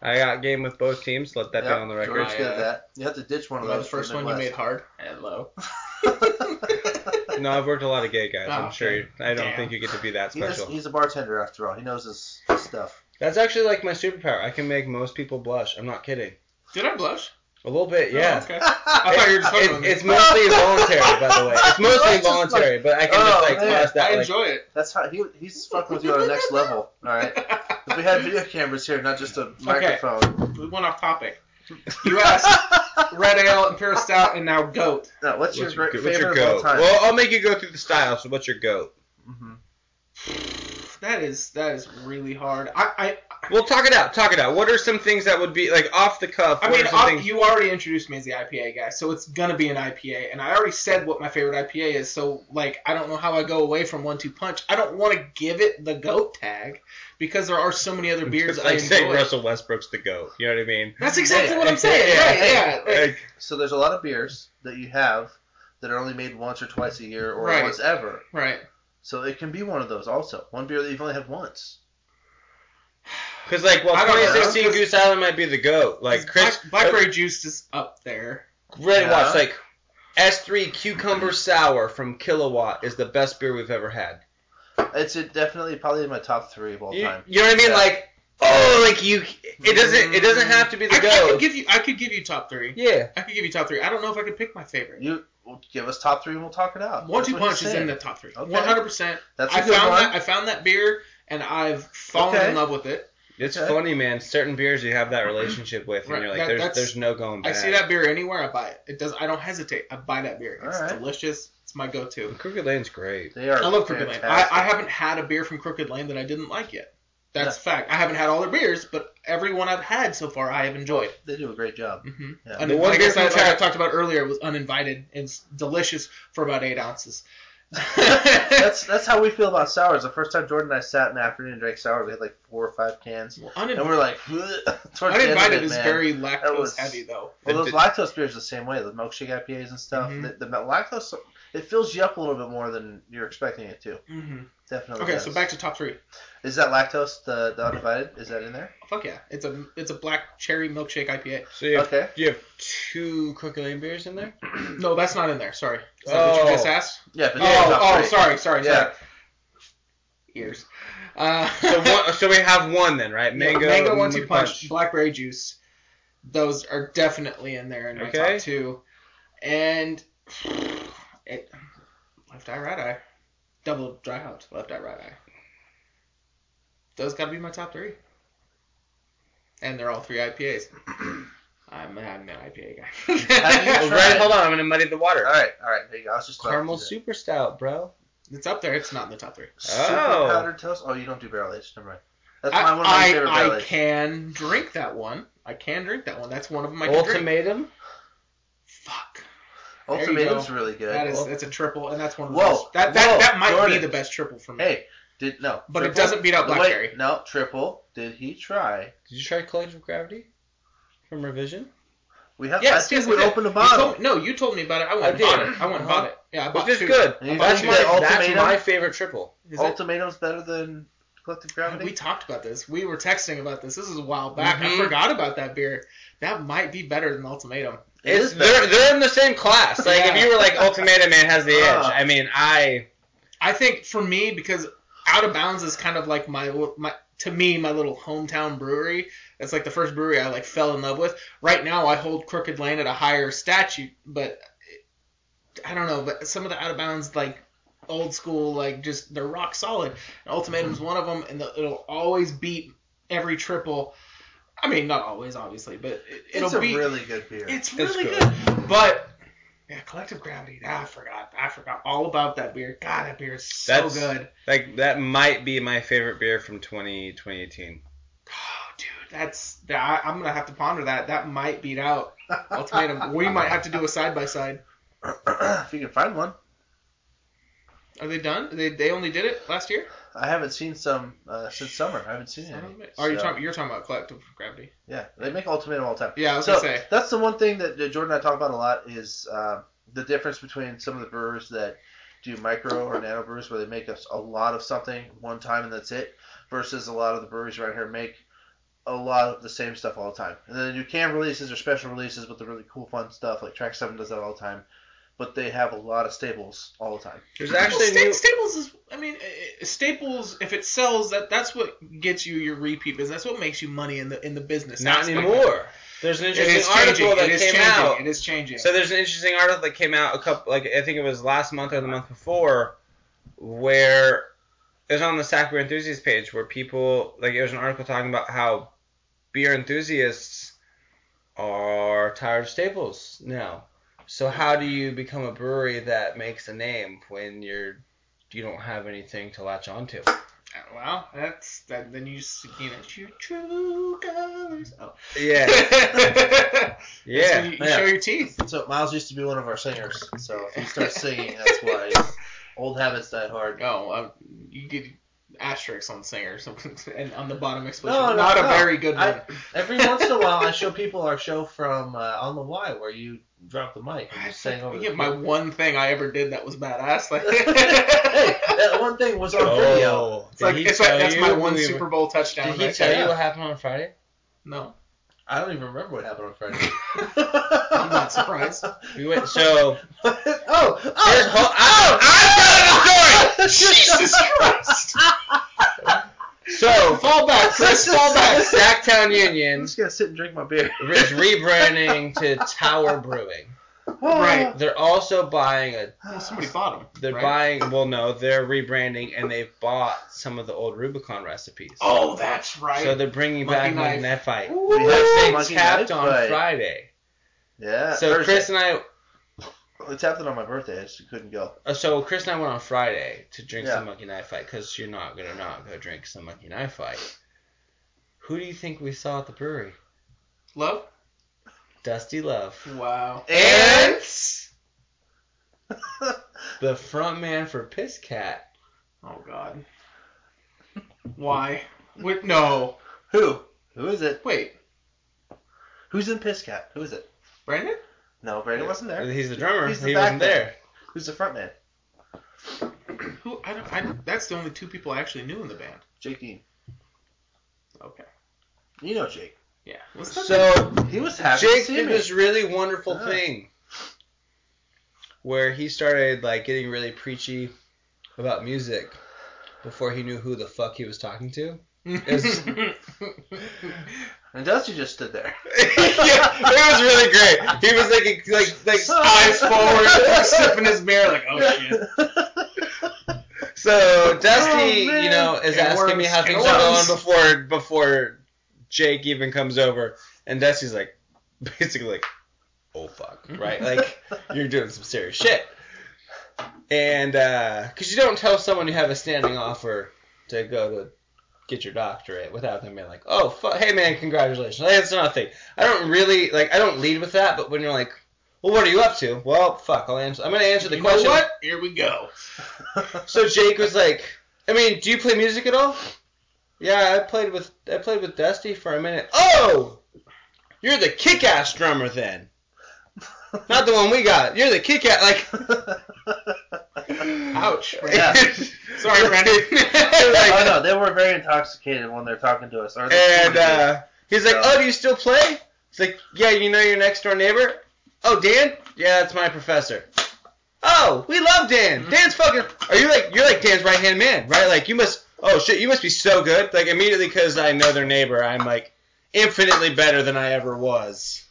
I got game with both teams. Let that Yep, be on the record. Jordan's good at that. You have to ditch one of Well, those. the first for one you made hard. Hello. Midwest. No, I've worked a lot of gay guys. Oh, I'm sure. you- I don't Damn. think you get to be that He knows- special. he's a bartender after all. He knows his, his stuff. That's actually like my superpower. I can make most people blush. I'm not kidding. Did I blush? A little bit, yeah. Oh, okay. I thought you were just fucking It- with me. it's mostly involuntary, by the way. It's mostly That's just involuntary, but I can Oh, just like yeah, toss that. I like, enjoy it. That's how he, he's fucking with you on the next level. All right. If we had video cameras here, not just a microphone. we went off topic. You asked red ale, imperial stout, and now goat. No, what's, your, great go- favorite of all goat? time? Well, I'll make you go through the style. So what's your goat? Mhm. That is that is really hard. I Well, talk it out. Talk it out. What are some things that would be like off the cuff? I, I what mean, are some ob- things- you already introduced me as the IPA guy, so it's gonna be an IPA, and I already said what my favorite IPA is. So like, I don't know how I go away from One Two Punch. I don't want to give it the goat tag because there are so many other beers It's I like saying enjoy. Russell Westbrook's the goat. You know what I mean? That's exactly Hey, what I'm hey, saying. hey, right, hey, yeah. Like, So there's a lot of beers that you have that are only made once or twice a year or Right. once ever. right. So it can be one of those also. One beer that you've only had once. Cause like, well, I don't know. 2016 Goose Island might be the goat. Like Chris Black- blackberry juice is up there. Red Yeah. Watch, like S3 Cucumber Sour from Kilowatt is the best beer we've ever had. It's a, definitely probably in my top three of all You, time. you know what I mean? Yeah. Like, oh, like you. It doesn't. It doesn't have to be the I, I could goat. give you. I could give you top three. yeah. I could give you top three. I don't know if I could pick my favorite. You well, give us top three and we'll talk it out. One That's Two what he Punch is said. in the top three. Okay. One hundred percent. That's a I good found one. that I found that beer and I've fallen Okay. in love with it. It's Okay. funny, man. Certain beers you have that relationship with, and Right, you're like, that- there's that's- there's no going I back. see that beer anywhere, I buy it. It does. I don't hesitate. I buy that beer. It's All right. delicious. It's my go-to. Crooked Lane's great. They are I love Crooked fantastic. Lane. I, I haven't had a beer from Crooked Lane that I didn't like yet. That's fact. I haven't had all their beers, but every one I've had so far, I have enjoyed. They do a great job. hmm Yeah. And The one like I, beer said, from like I China- talked about earlier was uninvited. It's delicious for about eight ounces. That's that's how we feel about sours. The first time Jordan and I sat in the afternoon and drank sours, we had like four or five cans, Well, and unin- we're like, towards the end of uninvited it, is man. very lactose was- heavy, though. Well, those lactose beers are the same way. The milkshake IPAs and stuff. Mhm. The, the lactose, it fills you up a little bit more than you're expecting it to. hmm Definitely. Okay, does. so back to top three. Is that lactose the the undivided? Is that in there? Fuck yeah, it's a it's a black cherry milkshake IPA. So you have, Okay. you have two Crooked Lane beers in there. No, that's not in there. Sorry. Is that what Oh. you just asked? Yeah. But oh, top oh, three. sorry, sorry, Yeah. sorry. Ears. Uh, So one, so we have one then, right? Mango, mango and one two Monkey punch, blackberry juice. Those are definitely in there in my Okay. top two, and it, left eye right eye, double dry hopped left eye right eye. Those got to be my top three, and they're all three IPAs. I'm, I'm an IPA Have Oh, you guy. tried- right, hold on, I'm gonna muddy the water. All right. All right. There you go. I was just about Caramel to do that. super stout, bro. it's up there. It's not in the top three. Super Oh. powdered toast. Oh, you don't do barrel aged. Never mind. That's my, I, one of my favorite I, barrel I aged. can drink that one. I can drink that one. That's one of them I can drink. Ultimatum. Fuck. there you Ultimatum's go. really good. That is that's a triple, and that's one of the Whoa, best. That that, whoa, that might be Jordan. the best triple for me. hey, did no. But it doesn't beat out No, Blackberry. Wait, no, triple. Did he try? Did you try Collective Gravity from Revision? We have. Yes, I think yes, we I did. opened a You told bottle. me- no, you told me about it. I went I and bought did. it. I went and Uh-huh. bought it. Yeah, I bought Which is two. good. And you That's think my, that that's Ultimatum- my favorite triple. Is it- Ultimatum's better than Collective Gravity. Mm-hmm. we talked about this. We were texting about this. This is a while back. Mhm. I forgot about that beer. That might be better than Ultimatum. It It's, is they're, better. they're in the same class. Like if Yeah. you were like Ultimatum Man has the edge. Ah. I mean I I think for me because Out of Bounds is kind of like my my to me my little hometown brewery. That's like the first brewery I like fell in love with. Right now I hold Crooked Lane at a higher statute, but I don't know. But some of the Out of Bounds like old school like just they're rock solid. And Ultimatum's Mm-hmm. one of them, and the, it'll always beat every triple. I mean, not always, obviously, but it, it'll it's a be really good beer. it's It's really good. good. But yeah, Collective Gravity. ah, I forgot. I forgot all about that beer. God, that beer is so That's- good. like that might be my favorite beer from 20, 2018. Oh, dude, that's. that- I, I'm gonna have to ponder that. That might beat out Ultimatum. we might have to do a side by side. if you can find one. Are they done? They they only did it last year. I haven't seen some uh, since summer. I haven't seen Are any. you so- talking? You're talking about Collective Gravity. Yeah, they make ultimatum all the time. Yeah, I was So gonna say. that's the one thing that that Jordan and I talk about a lot is uh, the difference between some of the brewers that do micro or nano brews where they make us a lot of something one time and that's it, versus a lot of the breweries around here make a lot of the same stuff all the time. And then they do cam releases or special releases with the really cool fun stuff like Track Seven does that all the time, but they have a lot of staples all the time. There's actually Well, sta- new, Staples is. I mean, uh, Staples. If it sells, that that's what gets you your repeat business. That's what makes you money in the in the business. not aspect. anymore. There's an It interesting is changing. article that It is came changing. out. It is changing. So there's an interesting article that came out a couple, like I think it was last month or the month before, where it was on the Sack Beer Enthusiasts page where people like it was an article talking about how beer enthusiasts are tired of Staples now. So how do you become a brewery that makes a name when you're you don't have anything to latch onto? well, that's that. Then you s- you know it's your true colors. Oh. Yeah, yeah, So you, you yeah. show your teeth. So Miles used to be one of our singers. So if he starts singing, that's why old habits die hard. Oh, uh, you get asterisks on singer something, and on the bottom explicit. No, no, not no. a very good I- one. Every once in a while, I show people our show from uh, on the Y, where you drop the mic and I you sang over. You the get my people. one thing I ever did that was badass. Like, hey, that one thing was on video. Oh, it's like, did he it's like tell that's you my who one we were- Super Bowl touchdown. Did he right tell there. you what happened on Friday? No, I don't even remember what happened on Friday. I'm not surprised. We went so. oh, oh, There's whole, oh, I'm telling the story. Jesus Christ! So oh. fall back, Chris. Fall back. Sacktown I'm Union just gonna sit and drink my beer. is rebranding to Tower Brewing. Right. They're also buying a. Well, somebody bought him. They're right? buying. Well, no, they're rebranding and they've bought some of the old Rubicon recipes. Oh, that's right. So they're bringing Monkey back Monkey Knife. Net Fight. We Which have they Monkey tapped Knife on Fight. Friday. Uh, Yeah. So Thursday. Chris and I. It happened on my birthday. I just couldn't go. uh, So Chris and I went on Friday to drink Yeah. some Monkey Knife Fight because you're not gonna not go drink some Monkey Knife Fight. Who do you think we saw at the brewery? Love. Dusty Love. Wow. And the front man for Piss Cat. Oh God. Why? Wait, no. who? Who is it? Wait, Who's in Pisscat? Who is it? Brandon? No, Brandon wasn't there. He's the drummer. He's the he back wasn't man. there. Who's the front man? Who? I don't. I, that's the only two people I actually knew in the band. Jake Dean. Okay. You know Jake. Yeah. What's that? So He was happy Jake to see did me. this really wonderful Yeah. thing where he started like getting really preachy about music before he knew who the fuck he was talking to. And Dusty just stood there. yeah, it was really great. He was like like like eyes forward, Sniffing his mirror like, oh shit. So Dusty, Oh, man. you know, is It asking me works. how It things are going works. before before Jake even comes over, and Dusty's like, basically like, oh fuck, right? Like you're doing some serious shit, and because you don't tell someone you have a standing offer to go to get your doctorate without them being like, oh fuck, hey man, congratulations. Like, it's nothing. I don't really like. I don't lead with that, but when you're like. Well, what are you up to? Well, fuck. I'll answer. I'm gonna answer the You know question. what? Here we go. So Jake was like, I mean, do you play music at all? Yeah, I played with I played with Dusty for a minute. Oh, you're the kick-ass drummer then, not the one we got. You're the kick-ass like. Ouch. Yeah. Sorry, Brandon. oh Like, no, they were very intoxicated when they're talking to us. Or they- and uh, he's like, oh, do you still play? It's like, yeah, you know your next door neighbor. Oh, Dan? Yeah, that's my professor. Oh, we love Dan. Dan's fucking. Are you like you're like Dan's right hand man, right? Like you must. Oh shit, you must be so good. Like immediately because I know their neighbor, I'm like infinitely better than I ever was.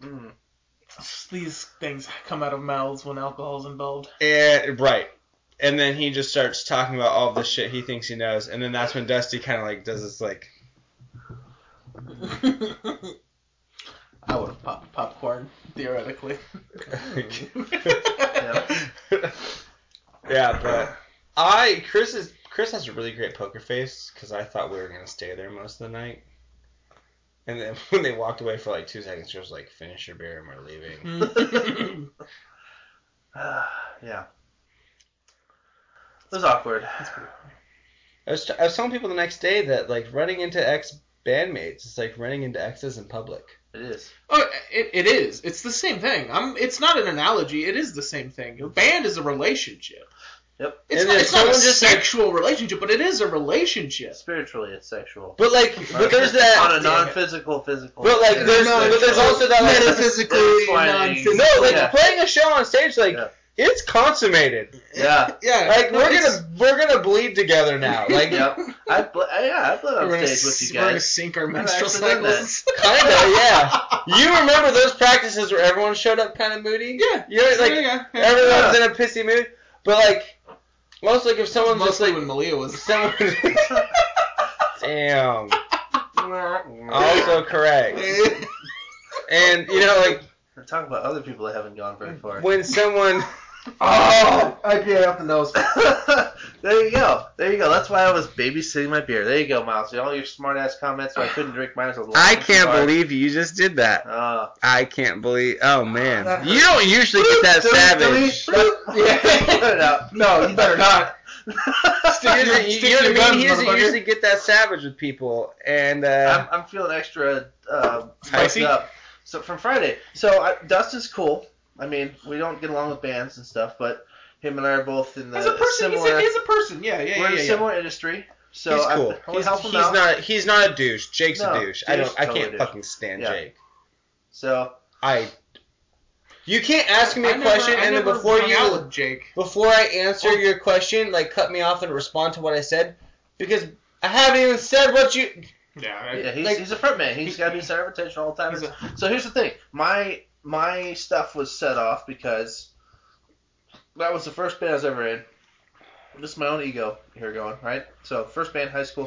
Mm. These things come out of mouths when alcohol's involved. And right. And then he just starts talking about all the shit he thinks he knows, and then that's when Dusty kind of like does this like, I would have popped popcorn, theoretically. yeah, but I Chris is Chris has a really great poker face because I thought we were gonna stay there most of the night, and then when they walked away for like two seconds, she was like, "Finish your beer and we're Hmm. leaving." That's uh, Mm. yeah. It was awkward. pretty- I was, I was telling people the next day that like running into ex bandmates is like running into exes in public. It is. Oh, it, it is. It's the same thing. I'm. It's not an analogy. It is the same thing. A band is a relationship. Yep. It's And not, if it's not a someone just- sexual relationship, but it is a relationship. Spiritually, it's sexual. But like, but there's that. on a non-physical physical. But like, there's No, but there's no. also that like, Metaphysically, Metaphysically, non-physical. No, like Yeah. playing a show on stage, like Yeah. it's consummated. Yeah. Yeah, Like no, we're it's- gonna we're gonna bleed together now. Like yeah. I, bl- I- yeah, I played on we're gonna, stage with s- you we're gonna guys. sink our I've menstrual actually done that. cycles. kinda, yeah. You remember those practices where everyone showed up kind of moody? yeah, You know, like yeah, yeah. everyone's in a pissy mood, but like most like if someone's just Mostly like when Malia was. someone. Damn. Also correct. yeah, And you know like. Talk about other people that haven't gone Mm. very far. when someone Oh, I get up the nose. there you go. There you go. That's why I was babysitting my beer. There you go, Miles. All your smart ass comments why I couldn't drink mine. Was I can't believe you just did that. Uh, I can't believe. Oh That man, hurt. you don't usually get that savage. Cut it out. No, you better not. He doesn't- Stick you know to your what I mean? guns, He doesn't motherfucker. usually get that savage with people, and uh, I'm, I'm feeling extra uh, Spicy? spicy up. So from Friday, so I, Dustin's cool. I mean, we don't get along with bands and stuff, but him and I are both in the as a person, he's similar. a, he's a person. Yeah, yeah, we're yeah, in a yeah. similar industry, so he's I- cool. I, he's want to help him he's out. not. He's not a douche. Jake's No, a douche. I don't. Jake's I totally can't a douche. fucking stand Yeah. Jake. So I. You can't ask me a I never- question I and then never before hung out you with Jake. before I answer your question, like cut me off and respond to what I said because I haven't even said what you. Yeah, yeah, he's, like- he's a front man. He's got to be center of attention all the time. He's a- so here's the thing. My my stuff was set off because that was the first band I was ever in. This is my own ego here going right. So first band, high school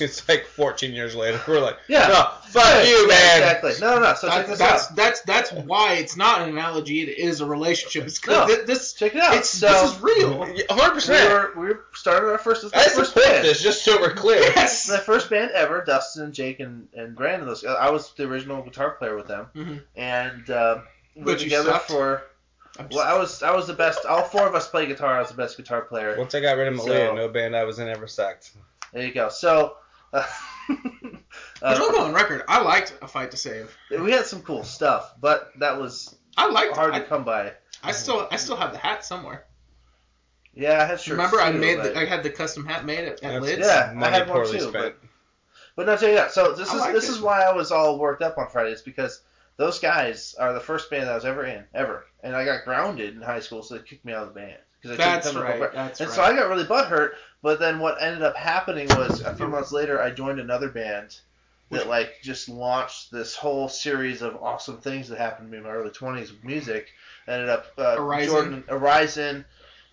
It's like 14 years later. We're like, Yeah. no, fuck Yeah, you, man. Exactly. No, no, no. So check that's, this that's, out. that's that's why it's not an analogy. It is a relationship. It's 'cause No. thi- this Check it out. it's so Mm-hmm. this is real. 100. we percent were, we were started our first. This I is my first support band. this, just so we're clear. This Yes. is My first band ever, Dustin and Jake and and Brandon. Those I was the original guitar player with them, Mhm. and uh, we were But you together sucked. for. I'm just- Well, I was I was the best. All four of us play guitar. I was the best guitar player. Once I got rid of Malia, So- no band I was in ever sucked. There you go. So. Uh, Which I'll uh, go on record. I liked a fight to save. we had some cool stuff, but that was I liked. hard to I, come by. I still I still have the hat somewhere. Yeah, I had shirts. Remember, I too, made but- the, I had the custom hat made at, at That's- Lids. yeah, I Money had one poorly too, spent. But no, tell you that. So this I is like this it. is why I was all worked up on Fridays because those guys are the first band I was ever in, ever. And I got grounded in high school, so they kicked me out of the band. 'Cause I couldn't That's come up right. with- That's and right. so I got really butthurt. But then what ended up happening was a few months later, I joined another band that like just launched this whole series of awesome things that happened to me in my early twenties with music. Ended up uh, Horizon. Jordan Horizon,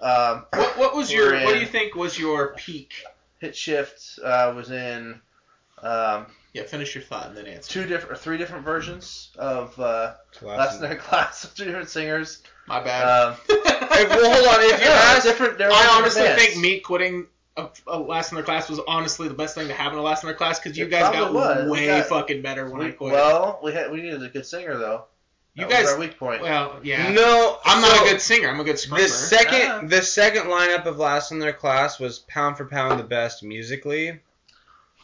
um, what, what was your We're What do in. you think was your peak? Hit Shift uh, was in. Um, Yeah, finish your thought and then answer. two different or three different versions of uh, Last Last Night in Class with two different singers. My bad. Um, If- well, hold on. If you yeah, ask, different, they're I all different honestly bands. think me quitting a, a last in their class was honestly the best thing to happen to last in their class because you It guys got probably was. way Yeah. fucking better when I We, quit. well, we had we needed a good singer though. you That was guys, our weak point. well, yeah. no, I'm not so a good singer. I'm a good screamer. The second, Ah. the second lineup of Last in Their Class was pound for pound the best musically.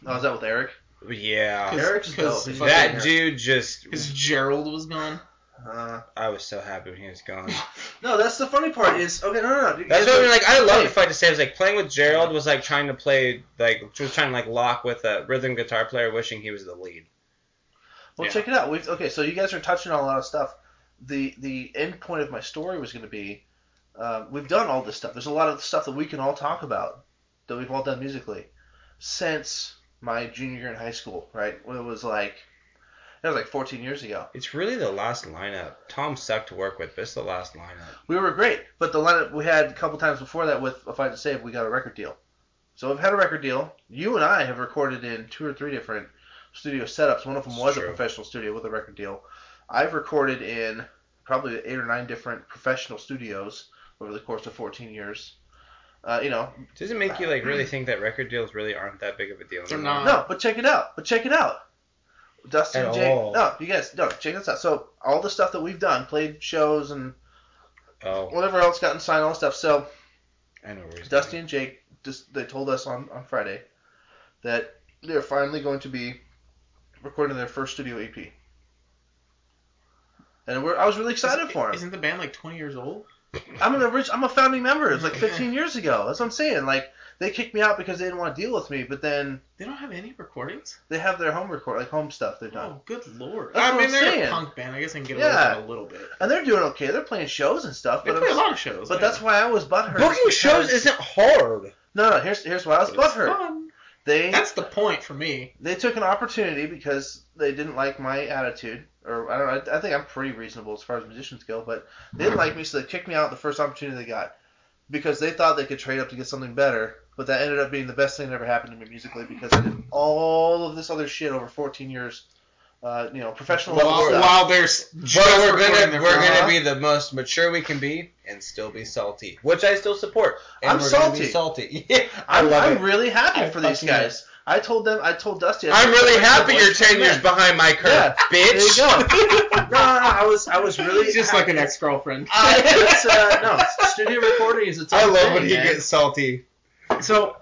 oh, is that with Eric? Yeah, Eric's dope. He's because fucking that Eric. dude just. because Gerald was gone. Uh, I was so happy when he was gone. no, that's the funny part is okay. No, no, no. That's what I mean. Like, I love Hey. the fight to save. It's Like playing with Gerald was like trying to play, like she was trying to like lock with a rhythm guitar player, wishing he was the lead. Well, Yeah. check it out. We, okay, so you guys are touching on a lot of stuff. The the end point of my story was going to be, um, we've done all this stuff. There's a lot of stuff that we can all talk about that we've all done musically since my junior year in high school, right? When it was like, that was like 14 years ago. It's really the last lineup. Tom sucked to work with, but it's the last lineup. We were great, but the lineup we had a couple times before that with A Fight to Save, we got a record deal. So we've had a record deal. You and I have recorded in two or three different studio setups. One of them It's was a true. professional studio with a record deal. I've recorded in probably eight or nine different professional studios over the course of 14 years. Uh, you know, Does it make you like really think that record deals really aren't that big of a deal? They're anymore? not. No, but check it out. But check it out. Dustin At and Jake. all. No, you guys, no, check this out. So, all the stuff that we've done, played shows and Oh, whatever else, gotten signed, all the stuff. So, I know where he's Dusty and Jake just they told us on, on Friday that they're finally going to be recording their first studio EP. And we're, I was really excited Isn't- for him. Isn't the band like 20 years old? I'm an orig- I'm a founding member. It was like 15 years ago. That's what I'm saying. Like they kicked me out because they didn't want to deal with me, but then They don't have any recordings. they have their home record, like home stuff they've done, Oh, good lord! That's I what mean, I'm they're a saying. punk band. I guess I can get away Yeah. with it a little bit. and they're doing okay. They're playing shows and stuff, They but play a I'm, lot of shows. yeah. but that's why I was butthurt. Booking is because- shows isn't hard. No, no. Here's here's why I was But it's butthurt. fun. They That's the point for me. they took an opportunity because they didn't like my attitude, or I don't know. I, I think I'm pretty reasonable as far as musicians go, but they didn't like me, so they kicked me out the first opportunity they got because they thought they could trade up to get something better. But that ended up being the best thing that ever happened to me musically because I did all of this other shit over 14 years, uh, you know, professional level While, stuff. while there's But we're gonna we're front. gonna be the most mature we can be and still be salty, which I still support. And I'm we're gonna salty. Be salty. Yeah. I'm, love I'm it. really happy I for these fucking love guys. I told them, I told Dusty. I I'm really happy you're ten years Man, behind my curve, Yeah. There you bitch. go. no, no, no, I was, I was really He's just happy. like an ex-girlfriend. I, it's, uh, no, studio recording is its own I love thing, when he man. gets salty. So, uh,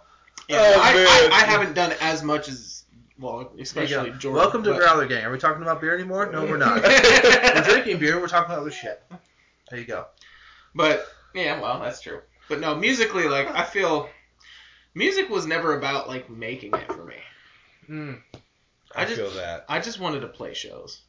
Oh, I, man. I, I haven't done as much as well, There you go. especially Jordan. Welcome to but- Growler Gang. Are we talking about beer anymore? No, we're not. we're drinking beer. We're talking about other shit. There you go. But yeah, well, that's true. But no, musically, like I feel, music was never about like making it for me. Hmm. I just- feel that. I just wanted to play shows.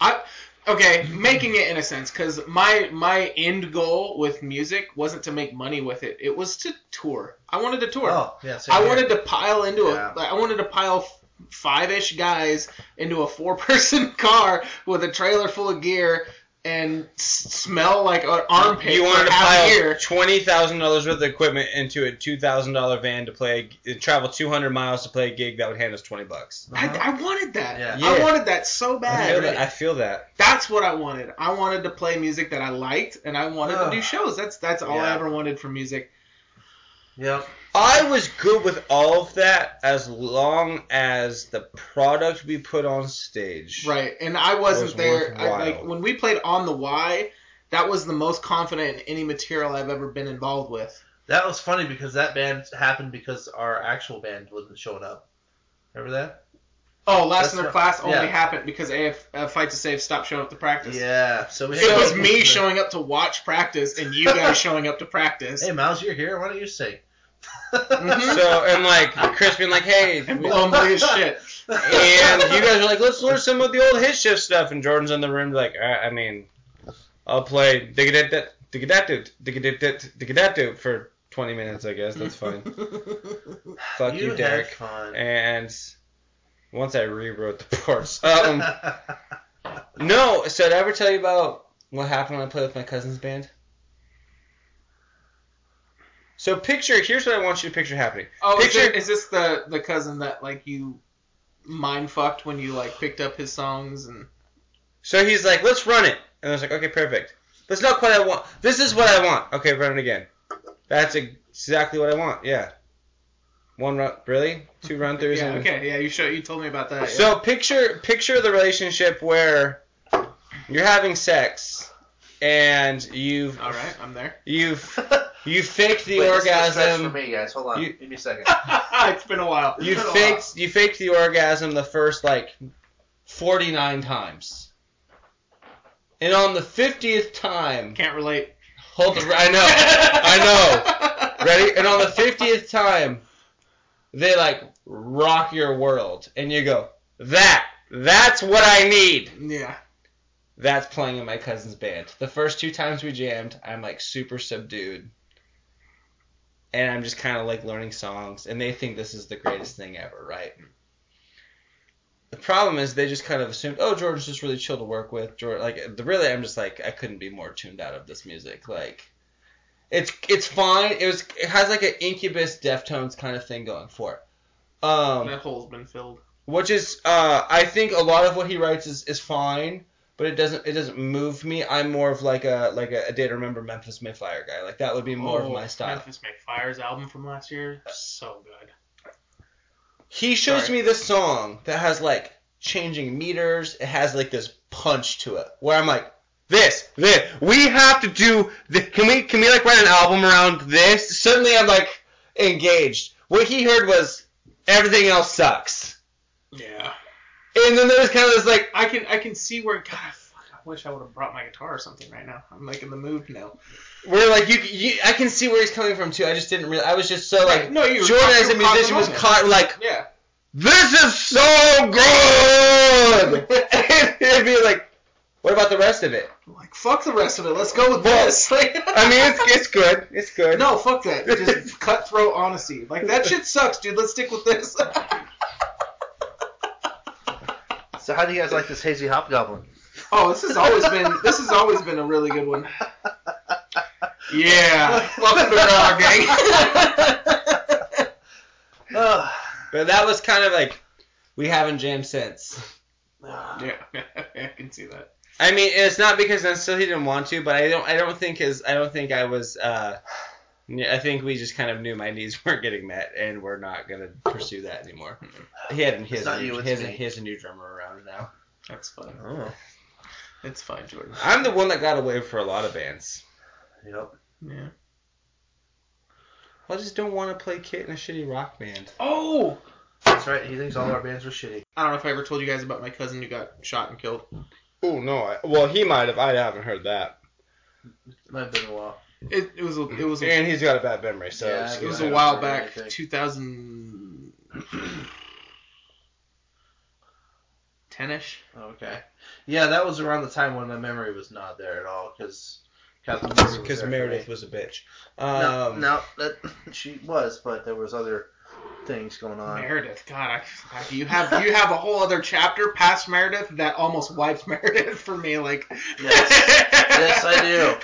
I okay, making it in a sense because my my end goal with music wasn't to make money with it. It was to tour. I wanted to tour. Oh, yeah. same I here. wanted to pile into Yeah. a. like, I wanted to pile five ish guys into a four person car with a trailer full of gear and s- smell like an armpit. You for wanted to half a pile year. twenty thousand dollars worth of equipment into a two thousand dollar van to play, travel two hundred miles to play a gig that would hand us twenty bucks. I, Uh-huh. I wanted that. Yeah. I Yeah. wanted that so I bad. feel that. I feel that. That's what I wanted. I wanted to play music that I liked, and I wanted to do shows. That's that's all I Yeah. ever wanted for music. Yep. I was good with all of that as long as the product we put on stage. Right, and I wasn't Was there. I, worthwhile. like when we played on the Y, that was the most confident in any material I've ever been involved with. That was funny because that band happened because our actual band wasn't showing up. Remember that? Oh, last That's in their what- class only yeah. happened because AF uh, Fight to Save stopped showing up to practice. Yeah. So we It was me showing up to watch practice and you guys showing up to practice. Hey, Miles, you're here. Why don't you sing? Mm-hmm. Mhm. So and like Chris being like, hey, And blow them as shit. and you guys are like, let's learn some of the old hit shift stuff. And Jordan's in the room like, "Uh, I, I mean, I'll play digadaptive, digadaptive, digadaptive, digadaptive for 20 minutes, I guess. That's fine. Fuck you, had Derek. Fun. And once I rewrote the parts. Um, no, so did I ever tell you about what happened when I played with my cousin's band? So picture, here's what I want you to picture happening. Oh, is, Picture- it, is this the the cousin that like you mind fucked when you like picked up his songs and So he's like, let's run it. And I was like, okay, perfect. That's not quite what I want. This is what I want. Okay, run it again. That's exactly what I want. Yeah. One run, really? Two run throughs. yeah okay yeah you show you told me about that yeah. So picture picture the relationship where you're having sex and you've all right I'm there you've you faked the Wait, this is a stretch orgasm. for me, guys. Hold on. You- Give me a second. it's been a while You It's been a while. faked you faked the orgasm the first like 49 times. And on the 50th time, can't relate hold the I know. I know Ready? And on the 50th time, they like rock your world. And you go, that, that's what I need. yeah That's playing in my cousin's band. The first two times we jammed, I'm like super subdued. And I'm just kind of like learning songs. And they think this is the greatest thing ever, right? The problem is they just kind of assumed, oh, Jordan's just really chill to work with. Jordan, like, the, really, I'm just like, I couldn't be more tuned out of this music. Like, it's it's fine. It was it has like an Incubus Deftones kind of thing going for it. Um, that hole's been filled which is uh, I think a lot of what he writes is, is fine, but it doesn't it doesn't move me. I'm more of like a like a, a Day to Remember Memphis Mayfire guy. Like that would be more of my style. Oh, Memphis Mayfire's album from last year so good He shows Sorry. me this song that has like changing meters. It has like this punch to it where I'm like. This, this, we have to do. The, can we, can we like write an album around this? Suddenly, I'm like engaged. What he heard was everything else sucks, yeah and then there was kind of this like I can I can see where God fuck, wish I would have brought my guitar or something right now. I'm like in the mood now. We're like you, you. I can see where he's coming from too. I just didn't really. I was just so like no, you were Jordan caught- as a you were caught in musician the was moment. caught like Yeah. this is so good. and it'd be like, what about the rest of it? Like fuck the rest of it. Let's go with this. Like, I mean, it's it's good. It's good. no, fuck that. Just cutthroat honesty. Like that shit sucks, dude. Let's stick with this. So how do you guys like this hazy hobgoblin? oh, this has always been this has always been a really good one. Yeah. Welcome to Raw Gang. Ugh. But that was kind of like we haven't jammed since. Ah, yeah, I can see that. I mean, it's not because I still he didn't want to, but I don't. I don't think his. I don't think I was. Uh, I think we just kind of knew my needs weren't getting met, and we're not gonna pursue that anymore. He had he has, not a, new- you, it's he, has a, me. he has a new drummer around now. That's fine. Oh. It's fine, Jordan. I'm the one that got away for a lot of bands. Yep. Yeah. I just don't want to play Kit in a shitty rock band. Oh, That's right. He thinks all our bands were shitty. I don't know if I ever told you guys about my cousin who got shot and killed. Oh no! I, well, he might have. I haven't heard that. Might have been a while. It, it was a, it was a, And he's got a bad memory, so Yeah, it's- I it was Yeah, a I while don't back, remember anything. 2010 ish. Oh, Okay. Yeah, that was around the time when my memory was not there at all because Captain Marvel was there because for Meredith me. was a bitch. No, Um, no, that she was, but there was other things going on. Meredith, God, I, I- you have you have a whole other chapter past Meredith that almost wipes Meredith for me. Like, Yes. Yes, I do.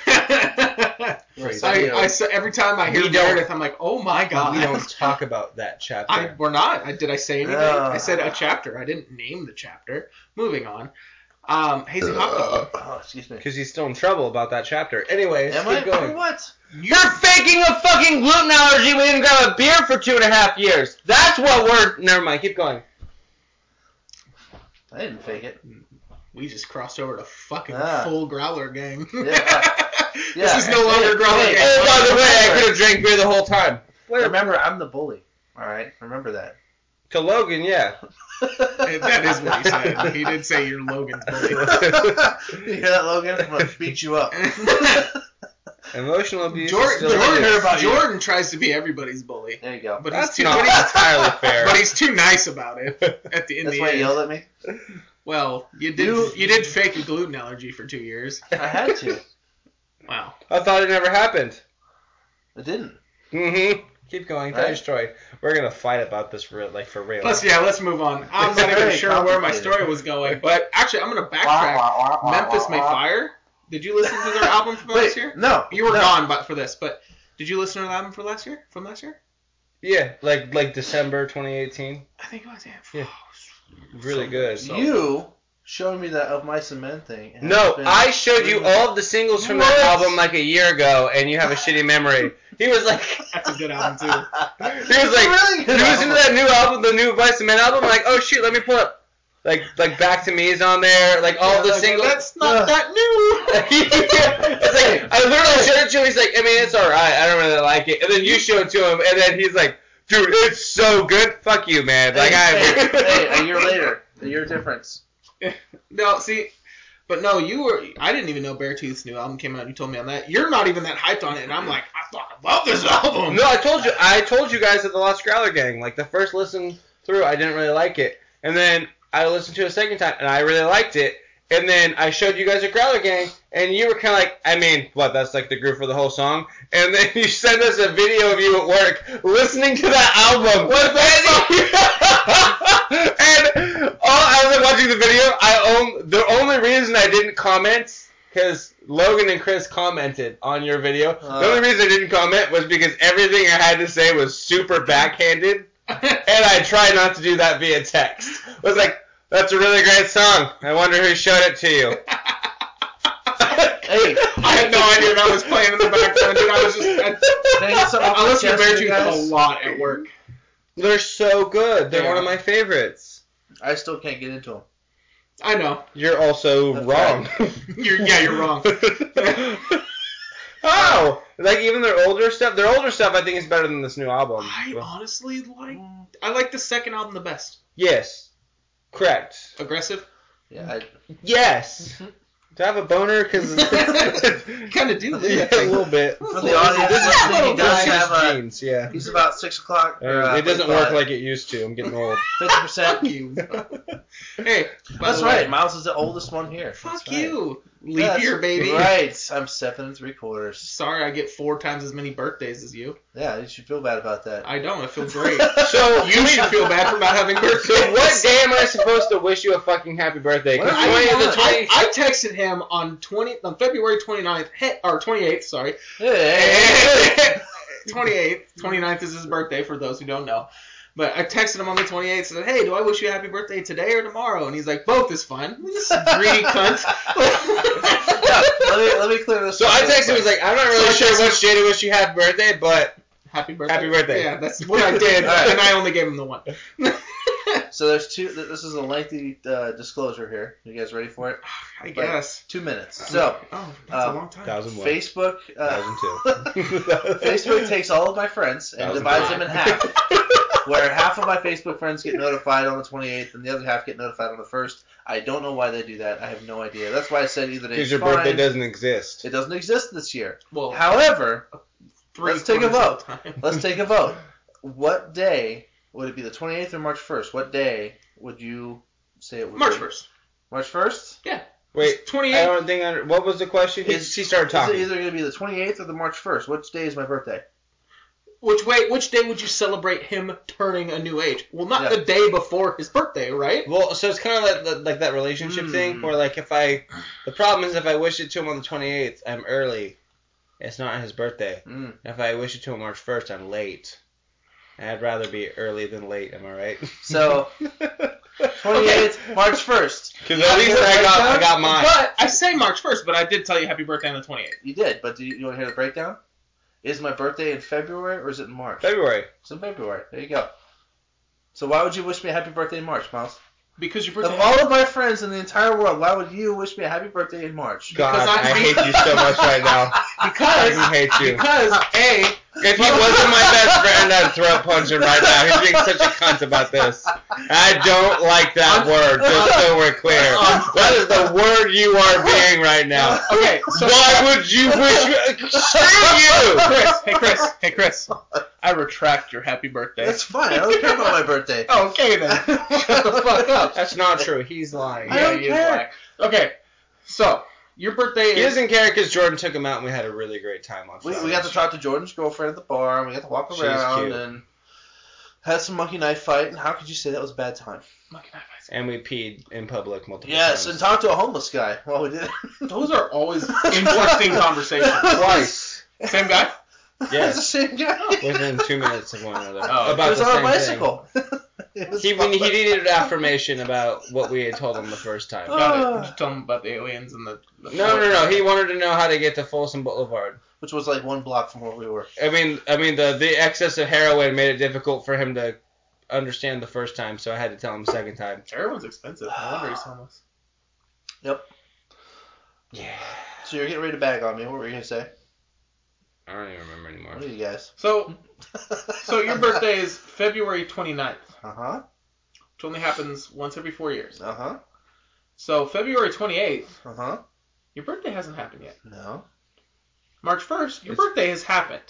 Yes, I I, do. I so every time I hear We don't- Meredith, I'm like, oh my God. we don't talk about that chapter. I, we're not. I, did I say anything? Ugh. I said a chapter. I didn't name the chapter. Moving on. Um, Hazy Hobgoblin. oh, excuse me. Because he's still in trouble about that chapter. Anyways, Am keep I? going. What? You're faking a fucking gluten allergy. We didn't grab a beer for two and a half years. That's what we're. Never mind. Keep going. I didn't fake it. We just crossed over to fucking Ah. full growler gang. Yeah. this Yeah, is no longer hey, growler hey, gang. Oh, by the way, I could have drank beer the whole time. Remember, I'm the bully. All right, remember that. To Logan, yeah. that is what he said. He did say you're Logan's bully. you hear that, Logan? I'm gonna beat you up. Emotional abuse. is Jordan, still is. Jordan, Jordan tries to be everybody's bully, There you go. but he's That's too not but he's, entirely fair. but he's too nice about it. At the in That's the why you end, yelled at me. well, you did you, You- did fake a gluten allergy for two years. I had to. Wow. I thought it never happened. I didn't. Mm-hmm. Keep going. Right. Thanks, Troy. We're gonna fight about this real, like for real. Plus, yeah, let's move on. I'm not even Very sure where my complicated. story was going, but actually, I'm gonna Wah, backtrack. wah, wah, wah, Memphis wah, May wah. Fire. Did you listen to their album from Wait, last year? no. You were no. gone, but for this, but did you listen to the album for last year? From last year? yeah, like like December 2018. I think it was. Yeah. Yeah. Really good. You showed me that of my cement thing. and No, it's been- I showed you all of the singles from that What? album like a year ago, and you have a shitty memory. He was like, That's a good album too. he was like, Really? you listen to that new album, the new Vice and Men album, like, oh shoot, let me pull up, like, like Back to Me is on there, like all Yeah, the like, singles. That's not Ugh. that new. it's like I literally showed it to him. He's like, I mean, it's alright. I don't really like it. And then you show it to him, and then he's like, dude, it's so good. Fuck you, man. Like hey, hey, I. a year later, a year difference. No, see, but no, you were. I didn't even know Beartooth's new album came out. You told me on that. You're not even that hyped on it, and I'm like, I fucking love this album. No, I told you. I told you guys at the Lost Growler Gang. Like the first listen through, I didn't really like it, and then I listened to it a second time, and I really liked it. And then I showed you guys a Growler Gang, and you were kind of like, I mean, what? That's like the groove for the whole song. And then you sent us a video of you at work listening to that album. What and all, I was like watching the video. I own the only reason I didn't comment because Logan and Chris commented on your video. Uh. the only reason I didn't comment was because everything I had to say was super backhanded, and I try not to do that via text. I was like, "That's a really great song. I wonder who showed it to you." Hey, I had no idea that was playing in the background, dude. I was just. I, Can I get some I listen to podcasts, Beartooth you a guys? lot at work. They're so good. They're They one are. of my favorites. I still can't get into them. I know. You're also That's wrong. You're yeah, you're wrong. oh, like even their older stuff. Their older stuff, I think, is better than this new album. I Well, honestly like. mm. I like the second album the best. yes, correct. Aggressive. Yeah, I, Yes, Do I have a boner? Because yeah, kind of do live a little bit. For the audience This is listening, a he little does guy. have a. Jeans, yeah. He's about six o'clock. or, uh, it doesn't work like it used to. I'm getting old. fifty percent. Fuck you. hey, by That's the way, right. Miles is the oldest one here. Fuck That's right. you. Leap That's year, baby. Right. I'm seven and three quarters. Sorry, I get four times as many birthdays as you. Yeah, you should feel bad about that. I don't. I feel great. So you should feel bad for not having birthdays. So what day am I supposed to wish you a fucking happy birthday? 'Cause What are you twenty- the on? 20 I, I texted him on twenty on February 29th, he, or 28th, sorry. Hey. 28th. 29th is his birthday for those who don't know. But I texted him on the 28th and said, hey, do I wish you a happy birthday today or tomorrow? And he's like, both is fine. This greedy cunt. Yeah, let me let me clear this. So up I real texted him was quick. like, I'm not So I really sure texted- which day to wish you happy birthday, but happy birthday. Happy birthday. Yeah, that's what I did. All right. And I only gave him the one. So there's two. th- This is a lengthy uh, disclosure here. You guys ready for it? I guess. Two minutes. So Oh, that's Um, a long time. thousand one, Facebook. Uh, thousand two. Facebook takes all of my friends and Thousand divides five. them in half. where half of my Facebook friends get notified on the 28th and the other half get notified on the 1st. I don't know why they do that. I have no idea. That's why I said either day Because is your fine. birthday doesn't exist. It doesn't exist this year. Well, However, three let's take a quarters vote. of the time. let's take a vote. What day would it be? The 28th or March 1st? What day would you say it would March be? 1st. March 1st? Wait, 28th. I don't think. I, what was the question? He- Is- she started Is it talking. either going to be the 28th or the March 1st? Which day is my birthday? Which way? Which day would you celebrate him turning a new age? Well, not Yeah. the day before his birthday, right? Well, so it's kind of like, the- like that relationship Hmm. thing, where like if I, the problem is if I wish it to him on the 28th, I'm early. It's not his birthday. Mm. If I wish it to him March 1st, I'm late. And I'd rather be early than late. Am I right? So, 28th, March 1st. Because at least I got, I got mine. But I say March first, but I did tell you happy birthday on the twenty eighth. You did, but do you, you want to hear the breakdown? Is my birthday in February or is it in March? February. It's in February. There you go. So why would you wish me a happy birthday in March, Miles? Because your Of birthday. all of my friends in the entire world, why would you wish me a happy birthday in March? God, I I hate- hate you so much right now. I because fucking hate you. because a If he wasn't my best friend, I'd throat punch him right now. He's being such a cunt about this. I don't like that word, just so we're clear. That is the word you are being right now. okay. So Why would you wish me... Screw you! Chris, hey Chris, hey Chris, I retract your happy birthday. That's fine. I don't care about my birthday. okay then. Shut the fuck up. That's not true. He's lying. I don't he is care. black. Okay, so your birthday He is doesn't care because Jordan took him out and we had a really great time on We, Friday. we got to talk to Jordan's girlfriend at the bar, and we got to walk She's around cute. and had some monkey knife fight. And how could you say that was a bad time? And we peed in public multiple Yes, and times. talked to a homeless guy while we did it. Those are always interesting conversations. Twice. Same guy. It's Yes. the same guy. Within two minutes of one another. Oh. About it was the on a same thing. bicycle. It was He, when he fun. needed an affirmation about what we had told him the first time. No, Got it. Ah. Did you tell him about the aliens and the. the no, no. He wanted to know how to get to Folsom Boulevard. which was like one block from where we were. I mean, I mean, the the excess of heroin made it difficult for him to understand the first time, so I had to tell him the second time. Heroin's expensive. No wonder he's homeless. Yeah. So you're getting ready to bag on me. What were you gonna say? I don't even remember anymore. What are you guys? So, so your birthday is February 29th, Uh huh. which only happens once every four years. Uh huh. So February 28th, Uh huh. your birthday hasn't happened yet. No. March 1st, your It's- birthday has happened.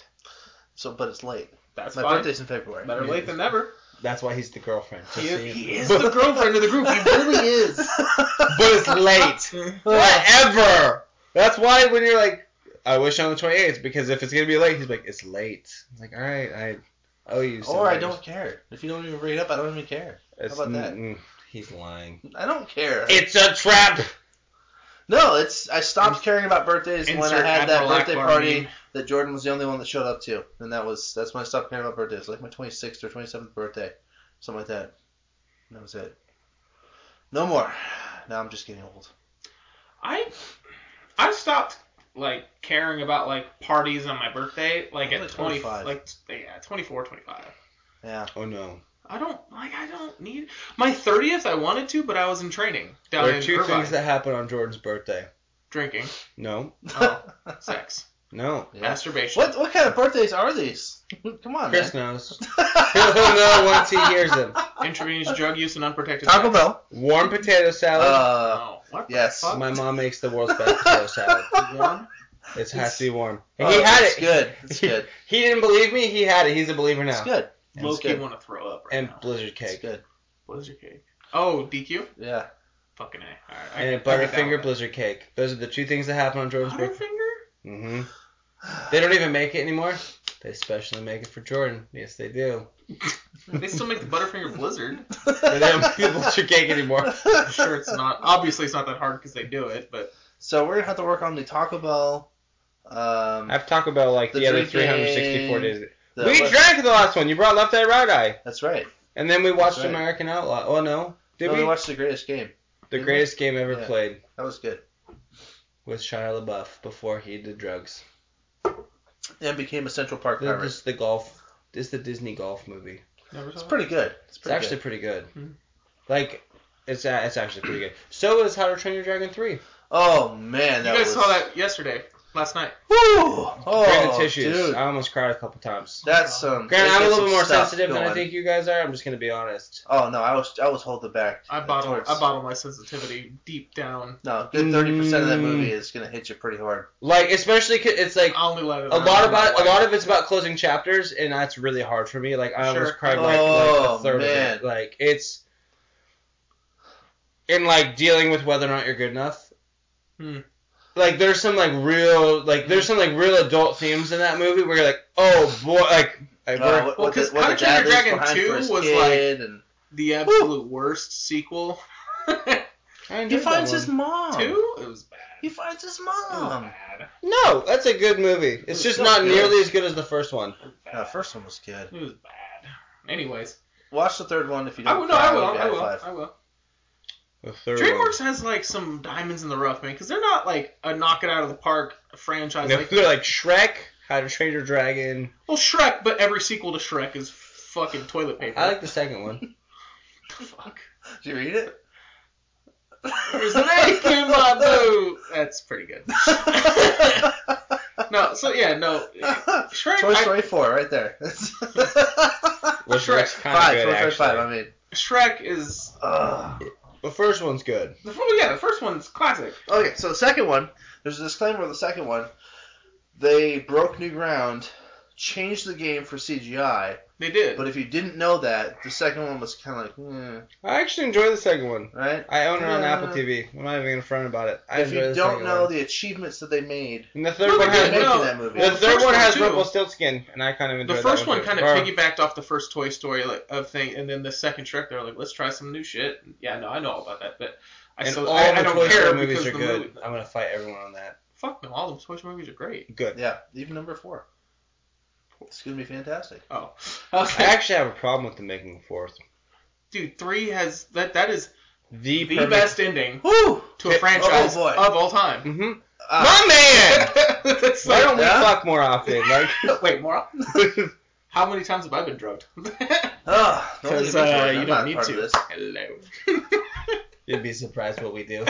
So, but it's late. That's My fine. birthday's in February. Better late than never. That's why he's the girlfriend. He Just is, saying. he is the girlfriend of the group. He really is. but it's late. Whatever. That's why when you're like, I wish on the 28th because if it's gonna be late, he's like, it's late. I'm like, all right, I owe you. some Or I days." don't care. If you don't even bring it up, I don't even care. It's- How about that? mm, mm, he's lying. I don't care. It's a trap. no, it's I stopped caring about birthdays when I Insert had that Admiral birthday Akbar party meme. that Jordan was the only one that showed up to, and that was that's when I stopped caring about birthdays, like my 26th or 27th birthday, something like that. And that was it. No more. Now I'm just getting old. I, I stopped like caring about like parties on my birthday like I'm at like 20 25. like yeah 24 25 Yeah. Oh no. I don't like. I don't need my thirtieth. I wanted to, but I was in training down There are in two Irvine, things that happen on Jordan's birthday. drinking, No, oh, sex. No. Yeah. Masturbation. What what kind of birthdays are these? Come on, Chris man. knows. He'll know once he hears them. Intravenous drug use and unprotected. Taco sex. Bell. Warm potato salad. Uh, Oh, what the yes. fuck? My mom makes the world's best potato salad. One. It has to be warm. And oh, he had it's it. Good. It's good. He didn't believe me. He had it. He's a believer It's now. good. And Low it's key good. want to throw up right And now. blizzard It's cake. good. Blizzard cake. Oh, DQ. Yeah. Fucking a. All right. I And can- I get that butterfinger one. blizzard cake. Those are the two things that happen on Jordan's birthday. Butterfinger. hmm They don't even make it anymore. They especially make it for Jordan. Yes, they do. They still make the Butterfinger Blizzard. But they don't make the blizzard cake anymore. I'm sure it's not. Obviously, it's not that hard because they do it. But So we're gonna have to work on the Taco Bell. Um, I have Taco Bell like The the, other drinking- 364 days. the- we drank the last one. You brought Left Eye Right Eye. That's right. And then we watched right. American Outlaw. Oh, no. Did no, we? we watched the greatest game. the did we? greatest game ever Yeah. played That was good. with Shia LaBeouf before he did drugs. And became a Central Park This pirate. is the golf. This is the Disney golf movie. never saw It's it. pretty good. Hmm. It's It's pretty actually pretty good. Mhm. Like, it's a- it's actually pretty good. So is How to Train Your Dragon 3. good. Oh man, You that guys was... saw that yesterday, last night. Woo! Oh, Granted, tissues. dude, I almost cried a couple times. that's some. Granted, I'm they a get little some bit more stuff sensitive than I going. think you guys are. I'm just gonna be honest. Oh no, I was I was holding back. I bottle towards- I bottle my sensitivity deep down. No, a good thirty percent of that Mm. movie is gonna hit you pretty hard. Like, especially 'cause it's like I only let it a out lot when I'm about a white. lot of it's about closing chapters, and that's really hard for me. Like, I Sure. almost cried like, like Oh, a third man. of it. Like, it's and like dealing with whether or not you're good enough. Hmm. Like, there's some like real like there's Hmm. some like real adult themes in that movie where you're like, oh boy, like. I Uh, we're- what- well, what the- 'cause what the How to Train Your dad leaves Dragon behind 2 for his was kid and- the absolute worst sequel. Two, Oh. I he enjoyed that finds one. his mom. it was bad. He finds his It was Um. mom. bad. No, that's a good movie. It's It's just so not good. nearly as good as the first one. It was bad. No, first one was good. It was bad. Anyways, Watch the third one if you don't. I will. No, I will. would give I it a will. five. I will. The third DreamWorks has like some diamonds in the rough, man, because they're not like a knock it out of the park franchise. No, like, they're like Shrek, How to Train Your Dragon. well, Shrek, but every sequel to Shrek is fucking toilet paper. I like the second one. Fuck. Did you read it? There's an egg in my boot. That's pretty good. No, so yeah, no. Shrek, Toy I- Story four, right there. Which Shrek. Shrek's kind of five, good, Toy Story actually. five. I mean, Shrek is ugh. The first one's good. the well, yeah the first one's classic. okay. So the second one, there's a disclaimer. of The second one, they broke new ground, changed the game for CGI. They did. But if you didn't know that, the second one was kind of like, eh, I actually enjoy the second one. right? I own it on Yeah. Apple TV. I'm not even gonna front about it. I if enjoy you the don't second know one. the achievements that they made, And the No, third they one when didn't. has making no. that movie. the the third first one one, has too. Rumpelstiltskin, and I kind of enjoy the that first one, one kind of piggybacked off the first Toy Story like, of thing, and then the second Shrek, they're like, let's try some new shit. Yeah, no, I know all about that, but I And still all I, the I don't Toy Story care movies because are the good. movie. I'm gonna fight everyone on that. Fuck no, all the Toy Story movies are great. Good. Yeah, even number four. It's gonna be fantastic. Oh, I okay, actually have a problem with them making a fourth. dude, three has that that is The, the perfect- best ending Woo! to a franchise boy. of all time. Mhm. Uh, My man. Ah. It's Why don't we Yeah. fuck more often? Like, like- wait, more. How many times have I been drugged? ugh, ah, don't leave Because me to it. uh, I'm you not don't need part of to. this. Hello. you'd be surprised what we do.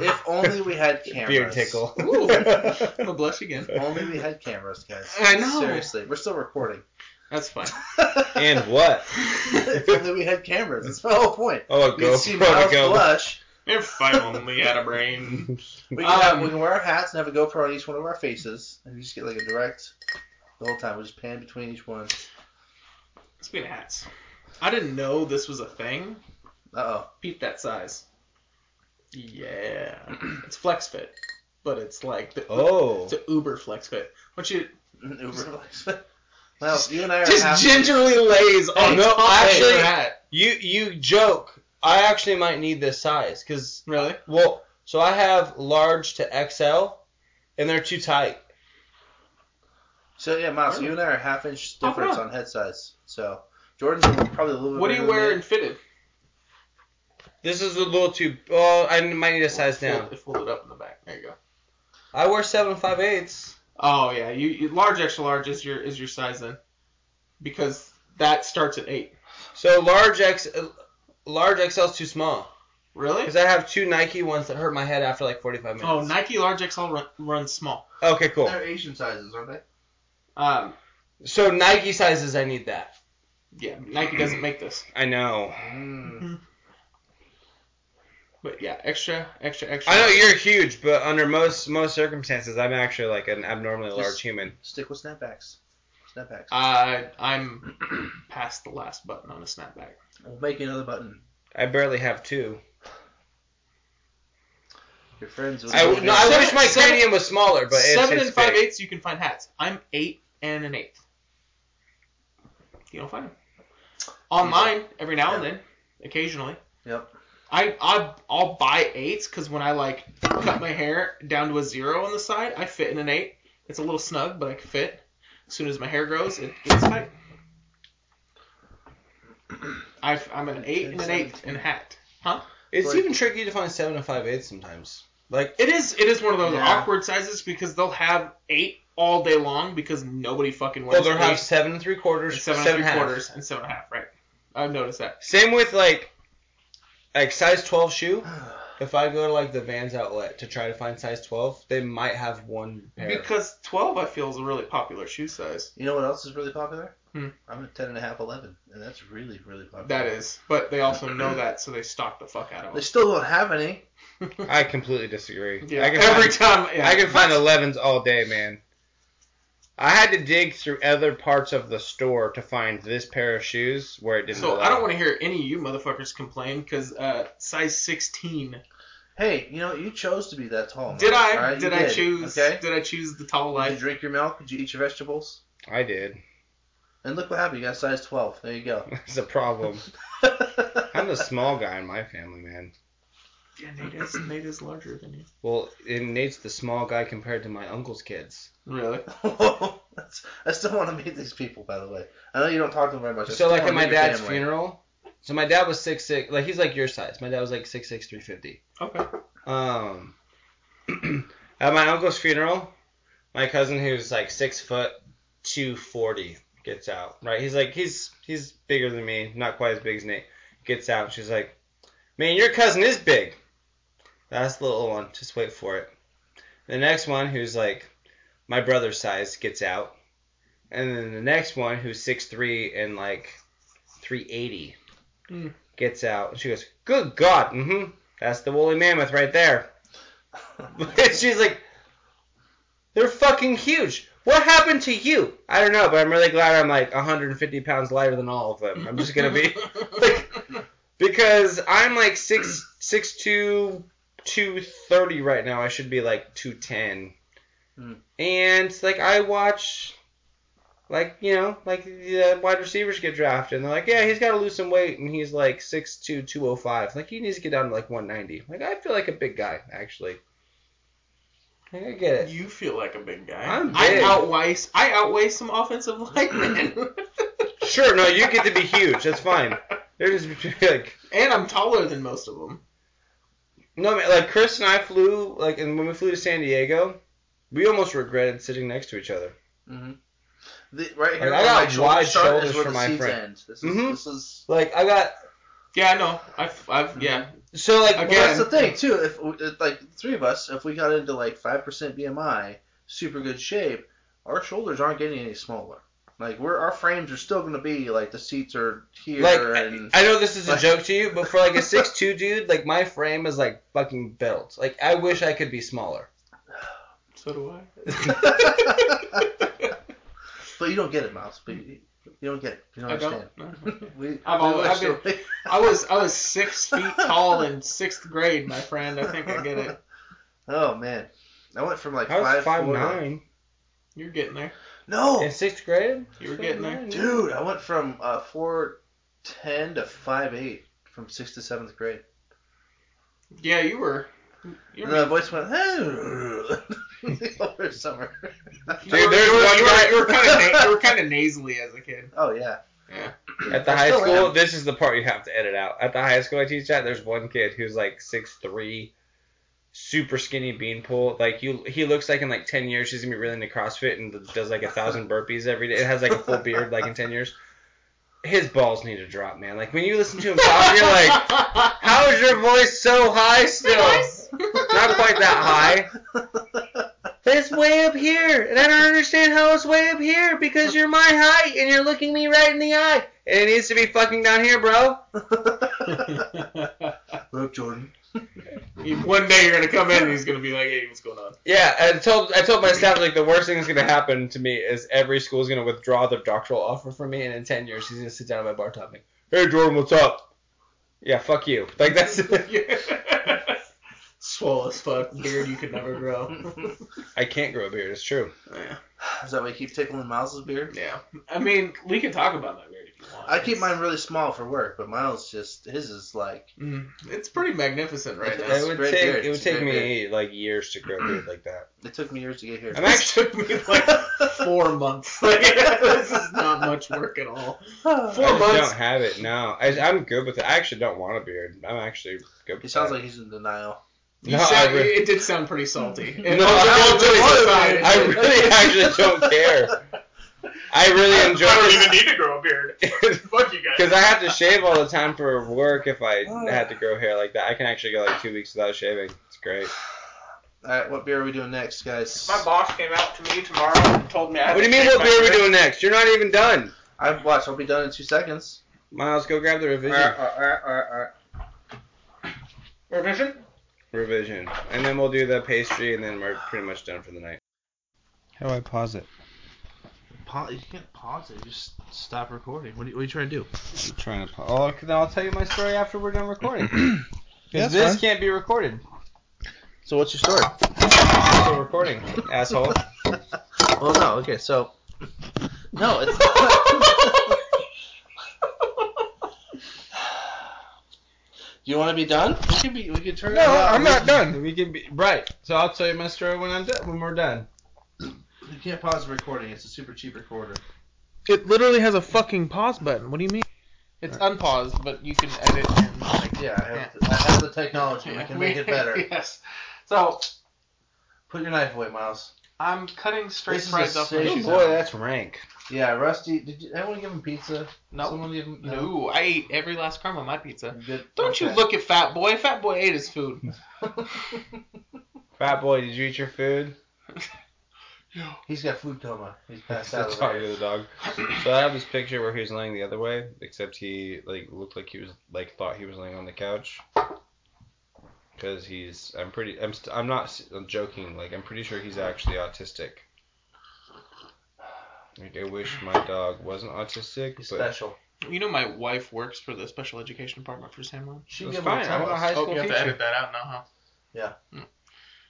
If only we had cameras. Beard tickle. Ooh, I'm gonna blush again. If only we had cameras, guys. I know. Seriously, we're still recording. That's fine. and what? if only we had cameras. That's my whole point. Oh, a We could see GoPro Miles to go. blush. If I only had a brain. We can, have, Um, we can wear our hats and have a GoPro on each one of our faces, and we just get like a direct the whole time. We just pan between each one. Speaking of hats, I didn't know this was a thing. Uh oh. Peep that size. Yeah, it's flex fit, but it's like the, Oh. it's an Uber flex fit. What you Uber. well, you and I are half- just gingerly lays on Oh, no, top of your actually- hat. You you joke. I actually might need this size because Really? well, so I have large to XL, and they're too tight. So yeah, Miles, you and I are half inch Half difference inch. on head size. So Jordan's are probably a little bit. Oh, What do you bigger wear than and fitted? This is a little too. Oh, I might need a size Fold- down. Fold, it up in the back. There you go. I wear seven and five eighths. Oh yeah, you, you large extra large is your is your size then, because that starts at eight. So large X, large XL is too small. Really? Because I have two Nike ones that hurt my head after like 45 minutes. Oh, Nike Large XL run, runs small. Okay, cool. They're Asian sizes, aren't they? Um, So Nike sizes, I need that. yeah, Nike doesn't make this, I know. Hmm. Mm. but yeah, extra, extra, extra. I know you're huge, but under most most circumstances, I'm actually like an abnormally large human. Stick with snapbacks. Snapbacks. Uh, I'm past the last button on a snapback. we'll make another button. I barely have two. Your friends. Will I, know. no, I Seven- wish my seven- cranium was smaller, but it's, Seven it's and five big. eighths, you can find hats. I'm eight and an eighth. You don't find them online every now and then, occasionally. Yep. I, I I'll buy eights because when I like cut my hair down to a zero on the side, I fit in an eight. It's a little snug, but I can fit. As soon as my hair grows, it gets tight. I've, I'm an eight and an eight in a hat. It's Like- even tricky to find seven and five eighths sometimes. Like It is it is one of those Yeah. awkward sizes because they'll have eight all day long because nobody fucking well, wears they'll eight have seven and three and quarters, seven, seven, and three halves. quarters and seven and a half, right? I've noticed that. Same with like like size twelve shoe. If I go to like the Vans outlet to try to find size twelve, they might have one pair. Because twelve I feel is a really popular shoe size. You know what else is really popular? Hmm. I'm at 10 and a half, 11, and that's really, really popular. That is. But they also know that so they stock the fuck out of They them. still don't have any. I completely disagree. Yeah, I can every find, time yeah. I can find elevens all day, man. I had to dig through other parts of the store to find this pair of shoes where it didn't. So allow. I don't want to hear any of you motherfuckers complain because uh, size 16. Hey, you know, you chose to be that tall. Did I? all right? Did You I choose? Okay. Did I choose the tall Did you life? drink your milk? Did you eat your vegetables? I did. And look what happened. You got size 12. There you go. That's a problem. I'm the small guy in my family, man. Yeah, Nate is, Nate is larger than you. Well, and Nate's the small guy compared to my uncle's kids. Really? Whoa. That's, I still want to meet these people, by the way. I know you don't talk to them very much. I So still like wanna at my meet your dad's family. funeral, so my dad was six six, like he's like your size. My dad was like six six three fifty. Okay. Um, at my uncle's funeral, my cousin who's like six foot two forty gets out. Right, he's like he's he's bigger than me, not quite as big as Nate. Gets out. She's like, man, your cousin is big. That's the little one. Just wait for it. The next one who's like my brother's size gets out, and then the next one who's six three and like three eighty Mm. gets out. She goes, good God, mm-hmm. That's the woolly mammoth right there. She's like, they're fucking huge. What happened to you? I don't know, but I'm really glad I'm like 150 pounds lighter than all of them. I'm just gonna be like, because I'm like six six two two thirty right now. I should be like two ten. Hmm. And like I watch, like you know, like the uh, wide receivers get drafted, and they're like, yeah, he's got to lose some weight, and he's like six two two oh five. Like he needs to get down to like 190. Like I feel like a big guy actually. Like, I get it. You feel like a big guy. I'm I big. outweigh I outweigh some offensive linemen, Sure, no, you get to be huge. That's fine. They're just like and I'm taller than most of them. no, man, like Chris and I flew like, and when we flew to San Diego, we almost regretted sitting next to each other. Mhm. The, right here, Like, I where got my wide shoulders start shoulders is where for the my seats friend. end. This is, Mhm. this is Like I got Yeah, I know. I've, I've yeah. so like Again. Well, that's the thing too. If we, if, like the three of us, if we got into like five percent BMI, super good shape, our shoulders aren't getting any smaller. Like we're our frames are still going to be like the seats are here like and I, I know this is a like- joke to you, but for like a six two dude, like my frame is like fucking built. Like I wish I could be smaller. So do I. but you don't get it, Miles. But you, you don't get it. You don't I understand. don't. No. We, I've we always- wish I've been- that we- I was I was six feet tall in sixth grade, my friend. I think I get it. Oh man, I went from like I was five, five, four- nine You're getting there. No, in sixth grade. You were getting there. dude, I went from uh, four ten to five eight from sixth to seventh grade. Yeah, you were. You And were, the voice went over summer. you Dude, were, there's you were, one you guy- were, you were kind of na- you were kind of nasally as a kid. Oh yeah. At the I high still school, am. this is the part you have to edit out. At the high school I teach at, there's one kid who's like six three, super skinny beanpole. Like you, he looks like in like ten years he's gonna be really into CrossFit and does like a thousand burpees every day. It has like a full beard like in ten years. His balls need to drop, man. Like when you listen to him talk, you're like, how How is your voice so high still? Not quite that high. It's way up here, and I don't understand how it's way up here because you're my height and you're looking me right in the eye, and it needs to be fucking down here, bro. Look, Jordan. One day you're gonna come in and he's gonna be like, "Hey, what's going on?" Yeah, I told I told my staff like the worst thing that's gonna happen to me is every school's gonna withdraw their doctoral offer from me, and in ten years he's gonna sit down at my bar top and "Hey Jordan, what's up?" Yeah, fuck you. Like that's Swole as fuck, beard you could never grow. I can't grow a beard. It's true. yeah. Is that why you keep tickling Miles' beard? yeah, I mean, we can talk about my beard if you want. I keep mine really small for work, but Miles just his is like Mm, it's pretty magnificent right now. It's it would great take beard. it would It's take great me like years to grow a beard like that. it took me years to get here. I'm This actually took me like four months. Like, this is not much work at all. I Four just months. don't have it. No, I, I'm good with it. I actually don't want a beard. I'm actually good. With He sounds that. like he's in denial. You No, sound- I re- it did sound pretty salty. And No, also, I it don't do it. was decided. I really actually don't care. I really enjoy it need to grow a beard. Fuck you guys. because I have to shave all the time for work. If I had to grow hair like that, I can actually go like two weeks without shaving. It's great. All right, what beer are we doing next, guys? My boss came out to me tomorrow and told me. I had What do you to mean? shave What my beer are we beard. doing next? You're not even done. I've watched. I'll be done in two seconds. Miles, go grab the revision. Revision? revision, and then we'll do the pastry, and then we're pretty much done for the night. How do I pause it? Pa- you can't pause it. Just stop recording. What are you, what are you trying to do? I'm trying to pause. Oh, okay, then I'll tell you my story after we're done recording. Because That's this fine. can't be recorded. So what's your story? Still recording, asshole. Well, no. Okay, so no, it's you want to be done? We can be. We can turn. it off. done. We can be right. So I'll tell you my story when I'm done. When we're done. You can't pause the recording. It's a super cheap recorder. It literally has a fucking pause button. What do you mean? It's unpaused, but you can edit and like. Yeah, I have, I have the technology. I can make it better. yes. So Put your knife away, Miles. I'm cutting straight This is a fries up. sick- my- She's out. that's rank. Yeah, Rusty. Did you, anyone give him pizza? No, Someone give him no, I ate every last crumb on my pizza. Good. Don't you okay. look at Fat Boy. Fat Boy ate his food. Fat boy, did you eat your food? He's got food coma. He's passed out. That's over talking there. to the dog. So I have this picture where he was laying the other way, except he like looked like he was like thought he was laying on the couch. Cause he's, I'm pretty, I'm, st- I'm not s- I'm joking. Like I'm pretty sure he's actually autistic. Like I wish my dog wasn't autistic, He's but special. You know, my wife works for the special education department for San Juan. She it's gave him a fine. I'm a towel. high Oh, school you have to teacher. edit that out now, huh?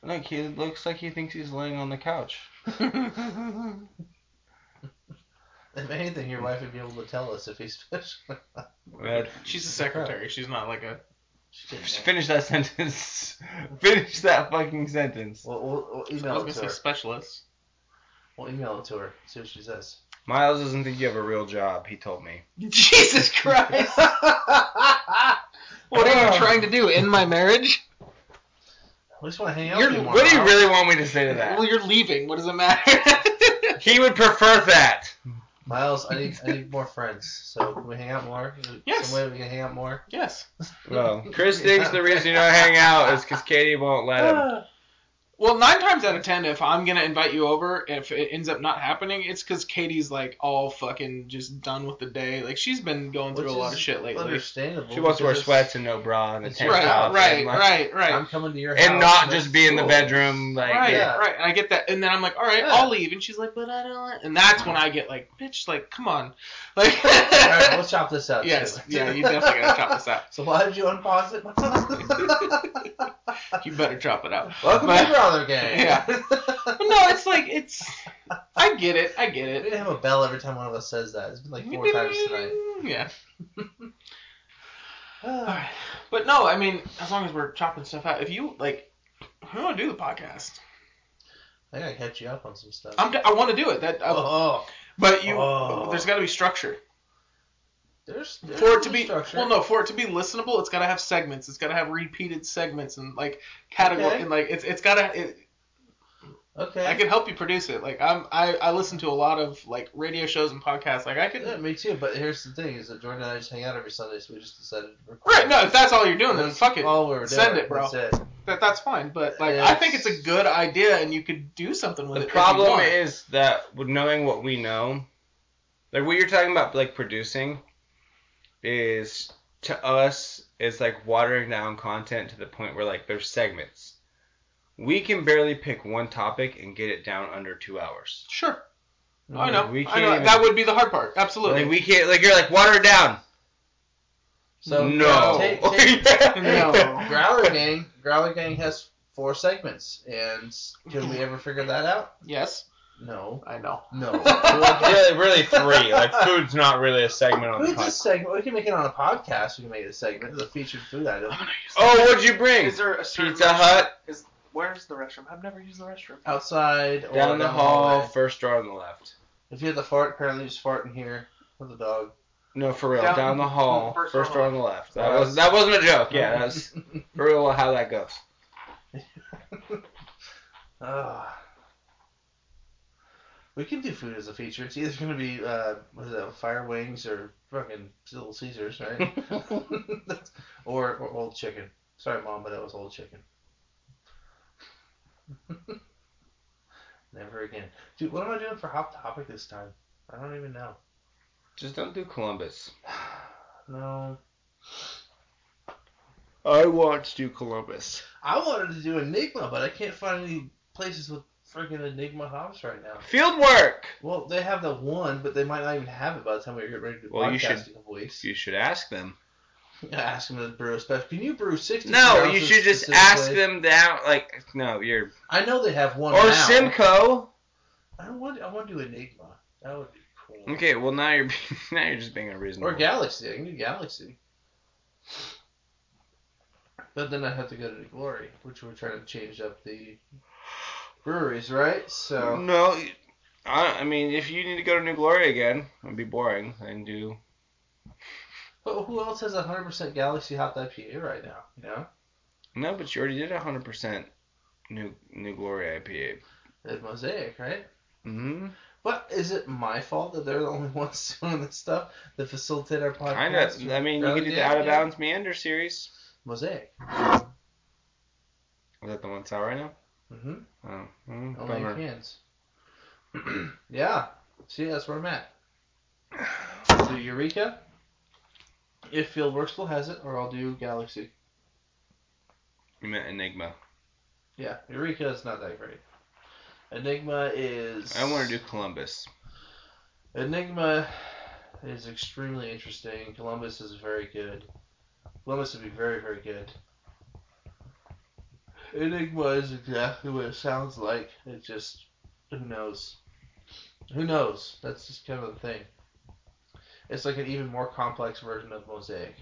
Like he looks like he thinks he's laying on the couch. If anything, your wife would be able to tell us if he's special. She's a secretary. She's not like a. She didn't Just know. finish that sentence. finish that fucking sentence. We'll, we'll, we'll I was email gonna it to say her. specialist. We'll email it to her. See what she says. Miles doesn't think you have a real job. He told me. Jesus Christ! what Oh. are you trying to do in my marriage? We just want to hang out You're- with you more. What do you Miles. really want me to say to Well, that? you're leaving. What does it matter? He would prefer that. Miles, I need I need more friends. So can we hang out more? Is there Yes. Some way we can hang out more. yes. Well, Chris thinks the reason you don't hang out is because Katie won't let him. Ah, Well, nine times out of ten, if I'm gonna invite you over, if it ends up not happening, it's because Katie's like all fucking just done with the day. Like she's been going through Which a lot is of shit lately. Understandable. She wants to wear because sweats and no bra and a It's tank your top. Right, and, house, like- right, right, right. I'm coming to your house. And not that's just be in the cool. bedroom like. right, yeah. right. And I get that, and then I'm like, all right, Yeah. I'll leave, and she's like, but I don't. want-" And that's when I get like, bitch, like, come on, like. All right, we'll chop this out. yes, too. yeah, you definitely gotta chop this out. So why did you unpause it? You better chop it out. Welcome But- to Brother Gang. Yeah. we But no, it's like it's. I get it. I get it. didn't have a bell every time one of us says that. It's been like four times tonight. Yeah. All All right. But no, I mean, as long as we're chopping stuff out, if you like, I want to do the podcast. I gotta catch you up on some stuff. I'm. d- I want to do it. That. I, oh, But you. Oh. There's got to be structure. there's, there's for it to some be structure. well no for it to be listenable it's got to have segments it's got to have repeated segments and like category Okay. and like it's it's got to it, Okay. I can help you produce it. Like I'm, I, I listen to a lot of like radio shows and podcasts. Like I could. Yeah, me too. But here's the thing: is that Jordan and I just hang out every Sunday, so we just decided to record. Right. No, if that's all you're doing, then That's fuck it. All we were Send doing. it, bro. That's it. That, that's fine. But like, I It's- think it's a good idea, and you could do something with The it. if you problem want. is that with knowing what we know, like what you're talking about, like producing, is to us is like watering down content to the point where like there's segments. We can barely pick one topic and get it down under two hours. sure. Oh, I Mm-hmm. know. Mm, We I can't know. even- That would be the hard part. Absolutely. Like we can't. Like you're like water it down. So no. Take, take, No. Growler Gang, Growler Gang has four segments, and did we ever figure that out? yes. No, I know. no. really, really three. Like food's not really a segment on the Food's a podcast. segment. We can make it on a podcast. We can make it a segment. The featured food item. Oh, what'd you bring? Is there a certain Pizza restroom? Hut Where's the restroom? I've never used the restroom. Outside or down the hall, hallway. first drawer on the left. If you have the fart, apparently you just fart in here with the dog. No, for real. Down- Down, the hall, first first, door door on on the left. That was that wasn't a joke. Yeah, that's for real how that goes. Ah. we can do food as a feature. It's either gonna be uh, what is that, fire wings or fucking Little Caesars, right? or, or old chicken. Sorry, mom, but that was old chicken. Never again, dude. What am I doing for hot topic this time? I don't even know. Just don't do Columbus. No, I want to do Columbus. I wanted to do Enigma, but I can't find any places with freaking Enigma hops right now. Field work. Well, they have the one, but they might not even have it by the time we get ready to Well, podcast you in should- a couple weeks. You should ask them. Yeah, ask them to brew a special. Can you brew sixty? No, you should just ask them that. Like, no, you're I know they have one. or now. Simcoe. I want. I want to do Enigma. That would be cool. Okay, well now you're now you're just being unreasonable. Or Galaxy. I can do Galaxy. But then I have to go to the Glory, which we're trying to change up the breweries, right? So No, I, I mean if you need to go to New Glory again, it'd be boring and do. but who else has hundred percent Galaxy Hop IPA right now? You know, No, but you already did a hundred percent New New Glory IPA. it's Mosaic, right? Mm-hmm. But is it my fault that they're the only ones doing this stuff that facilitate our podcast? Kind of. I mean, you Rather could do than- the Out of yeah. Bounds Meander series. Mosaic. Is that the one that's out right now? Mm-hmm. Oh, mm, Only bummer. in cans. yeah. See, that's where I'm at. So Eureka. If Field still has it, or I'll do Galaxy. You meant Enigma. Yeah, Eureka is not that great. Enigma is. I want to do Columbus. Enigma is extremely interesting. Columbus is very good. Columbus would be very, very good. Enigma is exactly what it sounds like. It just, who knows? Who knows? That's just kind of the thing. It's like an even more complex version of Mosaic.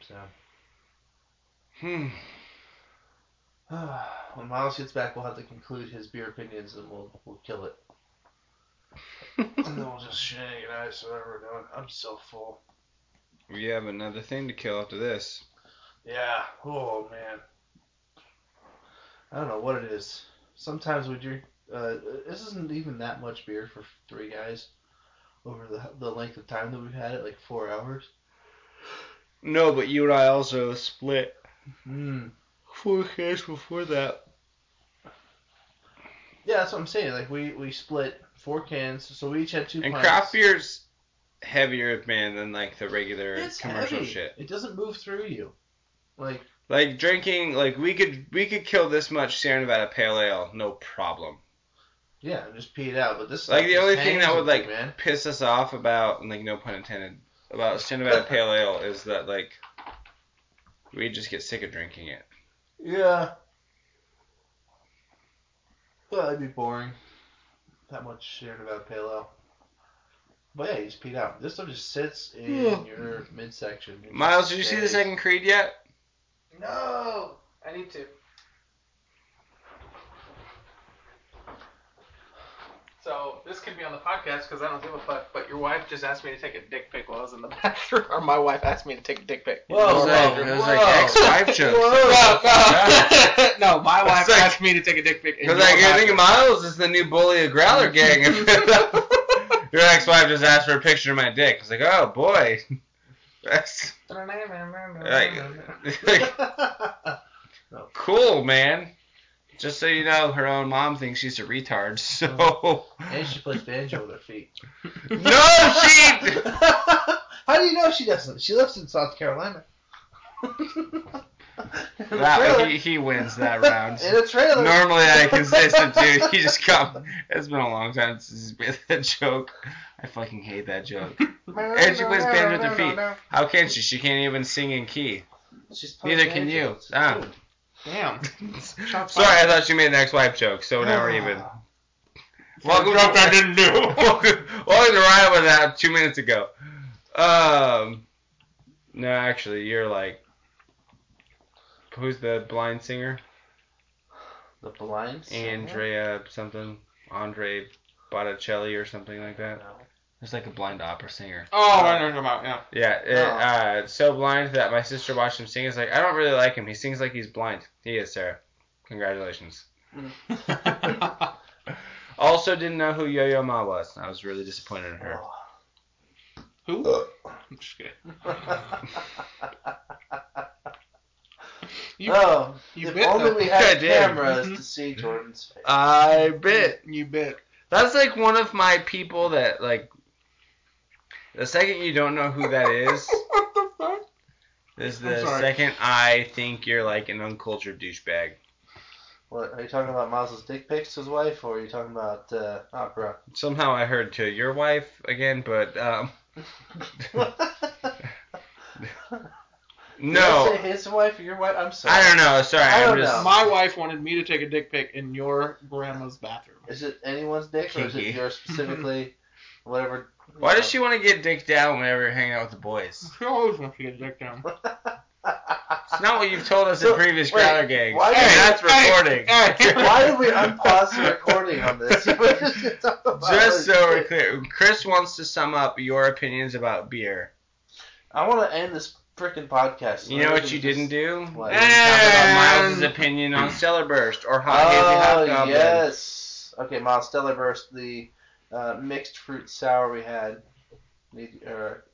So, Hmm. when Miles gets back, we'll have to conclude his beer opinions and we'll, we'll kill it. And then we'll just shag and ice whatever we're doing. I'm so full. we have another thing to kill after this. Yeah. Oh man. I don't know what it is. Sometimes we drink. Uh, this isn't even that much beer for three guys over the the length of time that we've had it, like four hours. No, but you and I also split Mm. four cash before that. Yeah, that's what I'm saying. Like we we split four cans, so we each had two. And pints. craft beer's heavier, man, than like the regular It's commercial heavy. shit. It doesn't move through you. Like Like drinking, like we could we could kill this much Sierra Nevada Pale Ale, no problem. yeah, just pee it out. But this Like stuff the just only thing hangs that would with like you, man. piss us off about, like no pun intended, about Sierra Nevada Pale Ale is that like we just get sick of drinking it. Yeah. Well, that'd be boring. That much sharing about pale ale. But yeah, you just peed out. This stuff just sits in Yeah. your midsection. It just Miles, did you see the stays. second Creed yet? No, I need to. So this could be on the podcast because I don't give a fuck. But your wife just asked me to take a dick pic while I was in the bathroom, or my wife asked me to take a dick pic. It was like, it was like ex-wife jokes. No, no, no. My wife like- asked me to take a dick pic. and Because your like, I wife- think Miles is the new bully of Growler Gang. Your ex-wife just asked for a picture of my dick. It's like, oh boy, that's like, cool, man. Just so you know, her own mom thinks she's a retard. So and she plays banjo with her feet. no, she. How do you know she doesn't? She lives in South Carolina. in, a That, trailer, he, he wins that round. in a trailer. Normally I consistent dude. He just come. It's been a long time since he's made that joke. I fucking hate that joke. And she plays banjo with her feet. How can she? She can't even sing in key. She's playing Neither can banjo. you. Ah. Damn. Shots Sorry, fired. I thought you made an ex-wife joke, so Oh, now we're even. Welcome Joke I didn't do. Welcome welcome to Riot with that two minutes ago. Um, no, actually, you're like, who's the blind singer? The blind. Andrea something, Andre Botticelli or something like that. No. It's like a blind opera singer. Oh, I know what you're talking about. Yeah. Yeah, it, uh, so blind that my sister watched him sing. It's like I don't really like him. He sings like he's blind. He is, Sarah. Congratulations. Also, didn't know who Yo Yo Ma was. I was really disappointed in her. Uh, Who? I'm just kidding. You, uh, oh, you if bit only the- we I had did. cameras Mhm. to Mm-hmm. see Jordan's face. Uh, I bet. you bit. That's like one of my people that like. The second you don't know who that is, what the fuck? is I'm the sorry. second I think you're like an uncultured douchebag. What are you talking about? Miles's dick pics, to his wife, or are you talking about uh, opera? Somehow I heard to your wife again, but um, Did I no, say his wife or your wife? I'm sorry. I don't know. Sorry, I I'm don't just. know. My wife wanted me to take a dick pic in your grandma's bathroom. Is it anyone's dick, or is it Kinky. yours specifically? Whatever. Why does she want to get dicked down whenever you're hanging out with the boys? She always wants to get a dick down. It's not what you've told us in So, previous wait, Crowder games. why Why did- that's recording. Why did we unpause the recording on this? We just talked about Just so we're it. clear, Chris wants to sum up your opinions about beer. I want to end this freaking podcast. You know what you didn't do? What? You talked about And- Miles' opinion on Cellarburst or Hot Oh Hazy Hot Goblin. yes. Okay, Miles Stellar Burst, the uh, mixed fruit sour we had. Need- or-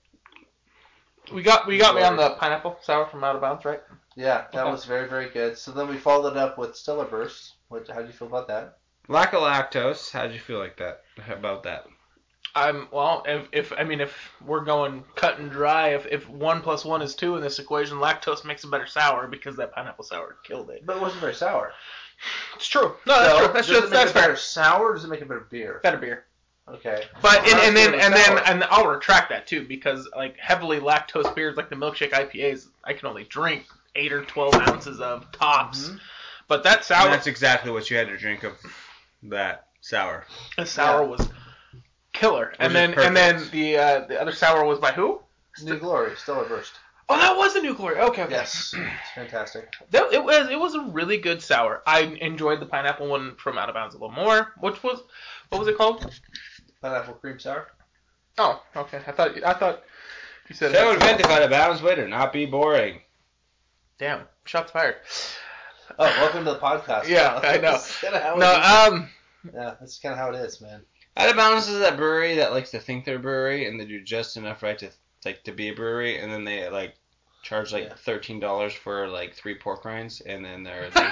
We got we got me on the pineapple sour from Out of Bounds, right? yeah, that Okay. was very very good. So then we followed it up with Stellar Burst. What? How do you feel about that? Lack of lactose. How'd you feel like that? About that? I'm well. If, if I mean, if we're going cut and dry, if, if one plus one is two in this equation, lactose makes a better sour because that pineapple sour killed it. But it wasn't very sour. It's true. No, that's So, true. That's does true. it make That's it better fair. sour? Or does it make it better beer? Better beer. Okay. But and, and then Lactose and then sour. and I'll retract that too because like heavily lactose beers like the milkshake IPAs, I can only drink eight or twelve ounces of tops. Mhm. But that And sour, that's exactly what you had to drink of that sour. the sour was killer. And is then and then perfect. the uh, the other sour was by who? Hmm? New Glory, Stellar Burst. Oh, that was the New Glory. Okay, okay. Yes, it's fantastic. That, it was it was a really good sour. I enjoyed the pineapple one from Out of Bounds a little more, which was what was it called? Pineapple cream sour. Oh, okay. I thought I thought you said So inventive out of bounds way to not be boring. Damn, shots fired. Oh, welcome to the podcast. Yeah, I know. That's kinda how it No, is. um, yeah, that's kind of how it is, man. Out of Bounds is that brewery that likes to think they're a brewery and they do just enough right to like to be a brewery and then they like charge like Yeah. thirteen dollars for like three pork rinds and then they're the,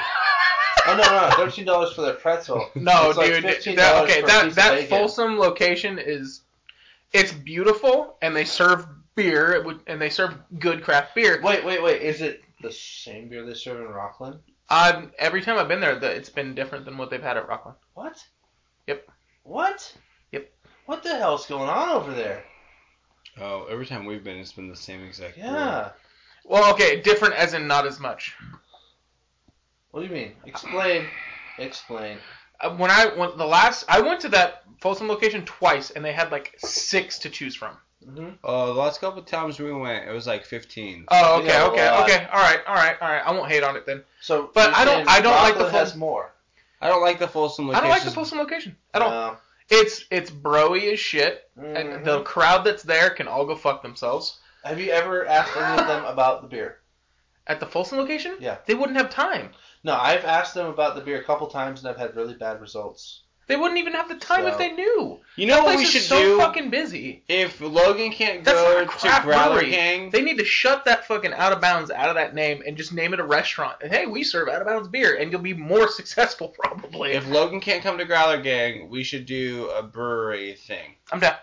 Oh no, no, thirteen dollars for the pretzel. no, It's like dude. $15 that, okay, for a piece that of that bacon. Folsom location is it's beautiful, and they serve beer, it would- and they serve good craft beer. Wait, wait, wait. Is it the same beer they serve in Rockland? Um, every time I've been there, the, it's been different than what they've had at Rockland. What? Yep. What? Yep. What the hell's going on over there? Oh, every time we've been it's been the same exact Yeah. brewery. Well, okay, different as in not as much. What do you mean? Explain. Explain. Uh, when I went the last, I went to that Folsom location twice, and they had like six to choose from. hmm Oh, the last couple of times we went it was like fifteen. Oh, okay, Yeah, okay, well, uh, okay. All right, all right, all right. I won't hate on it then. So, But you're I don't- saying I don't like the Rockland has Folsom- more. I don't like the Folsom I location. Uh, don't like the Folsom location. I don't. No. It's it's broy as shit. Mhm. And mm-hmm. the crowd that's there can all go fuck themselves. Have you ever asked any of them about the beer? At the Folsom location, Yeah. they wouldn't have time. No, I've asked them about the beer a couple times and I've had really bad results. They wouldn't even have the time So- if they knew. You know That what place we is should so do? fucking busy. If Logan can't That's go not a to crap Growler brewery. Gang, They need to shut that fucking out of bounds out of that name and just name it a restaurant. And hey, we serve out of bounds beer, and you'll be more successful probably. if If Logan can't come to Growler Gang, we should do a brewery thing. I'm down.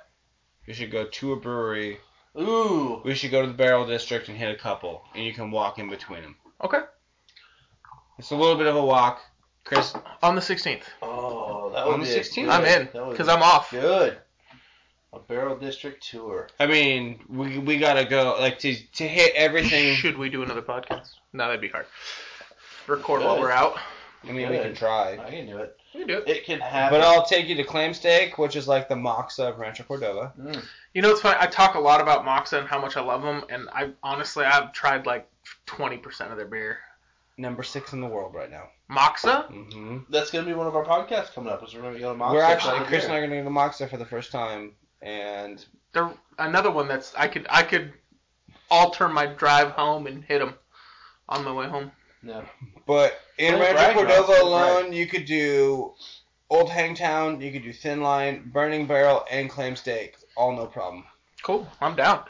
We should go to a brewery. Ooh. We should go to the Barrel District and hit a couple, and you can walk in between them. Okay. It's a little bit of a walk. Chris, On the 16th, Oh, that On would the be 16th? good- I'm in that would because be I'm off. good. A barrel district tour. I mean, we we gotta go like to to hit everything. Should we do another podcast? No, that'd be hard. Record while Good. we're out. I mean, we can try. I can do it. We can do it. It can happen. But I'll take you to Clam Steak, which is like the moxa of Rancho Cordova. Mm. You know, it's funny. I talk a lot about Moxa and how much I love them, and I honestly I've tried like 20% of their beer. Number six in the world right now. Moxa? hmm That's gonna be one of our podcasts coming up. Is we're gonna go to Moxie We're and actually try the Chris beer. and I are gonna go to moxa for the first time, and They're another one that's I could I could alter my drive home and hit them on my way home. No. But in Don't Rancho brag, Cordova Ross, don't alone, you could do Old Hangtown, you could do Thin Line, Burning Barrel, and Clam Steak. All no problem. Cool. I'm down.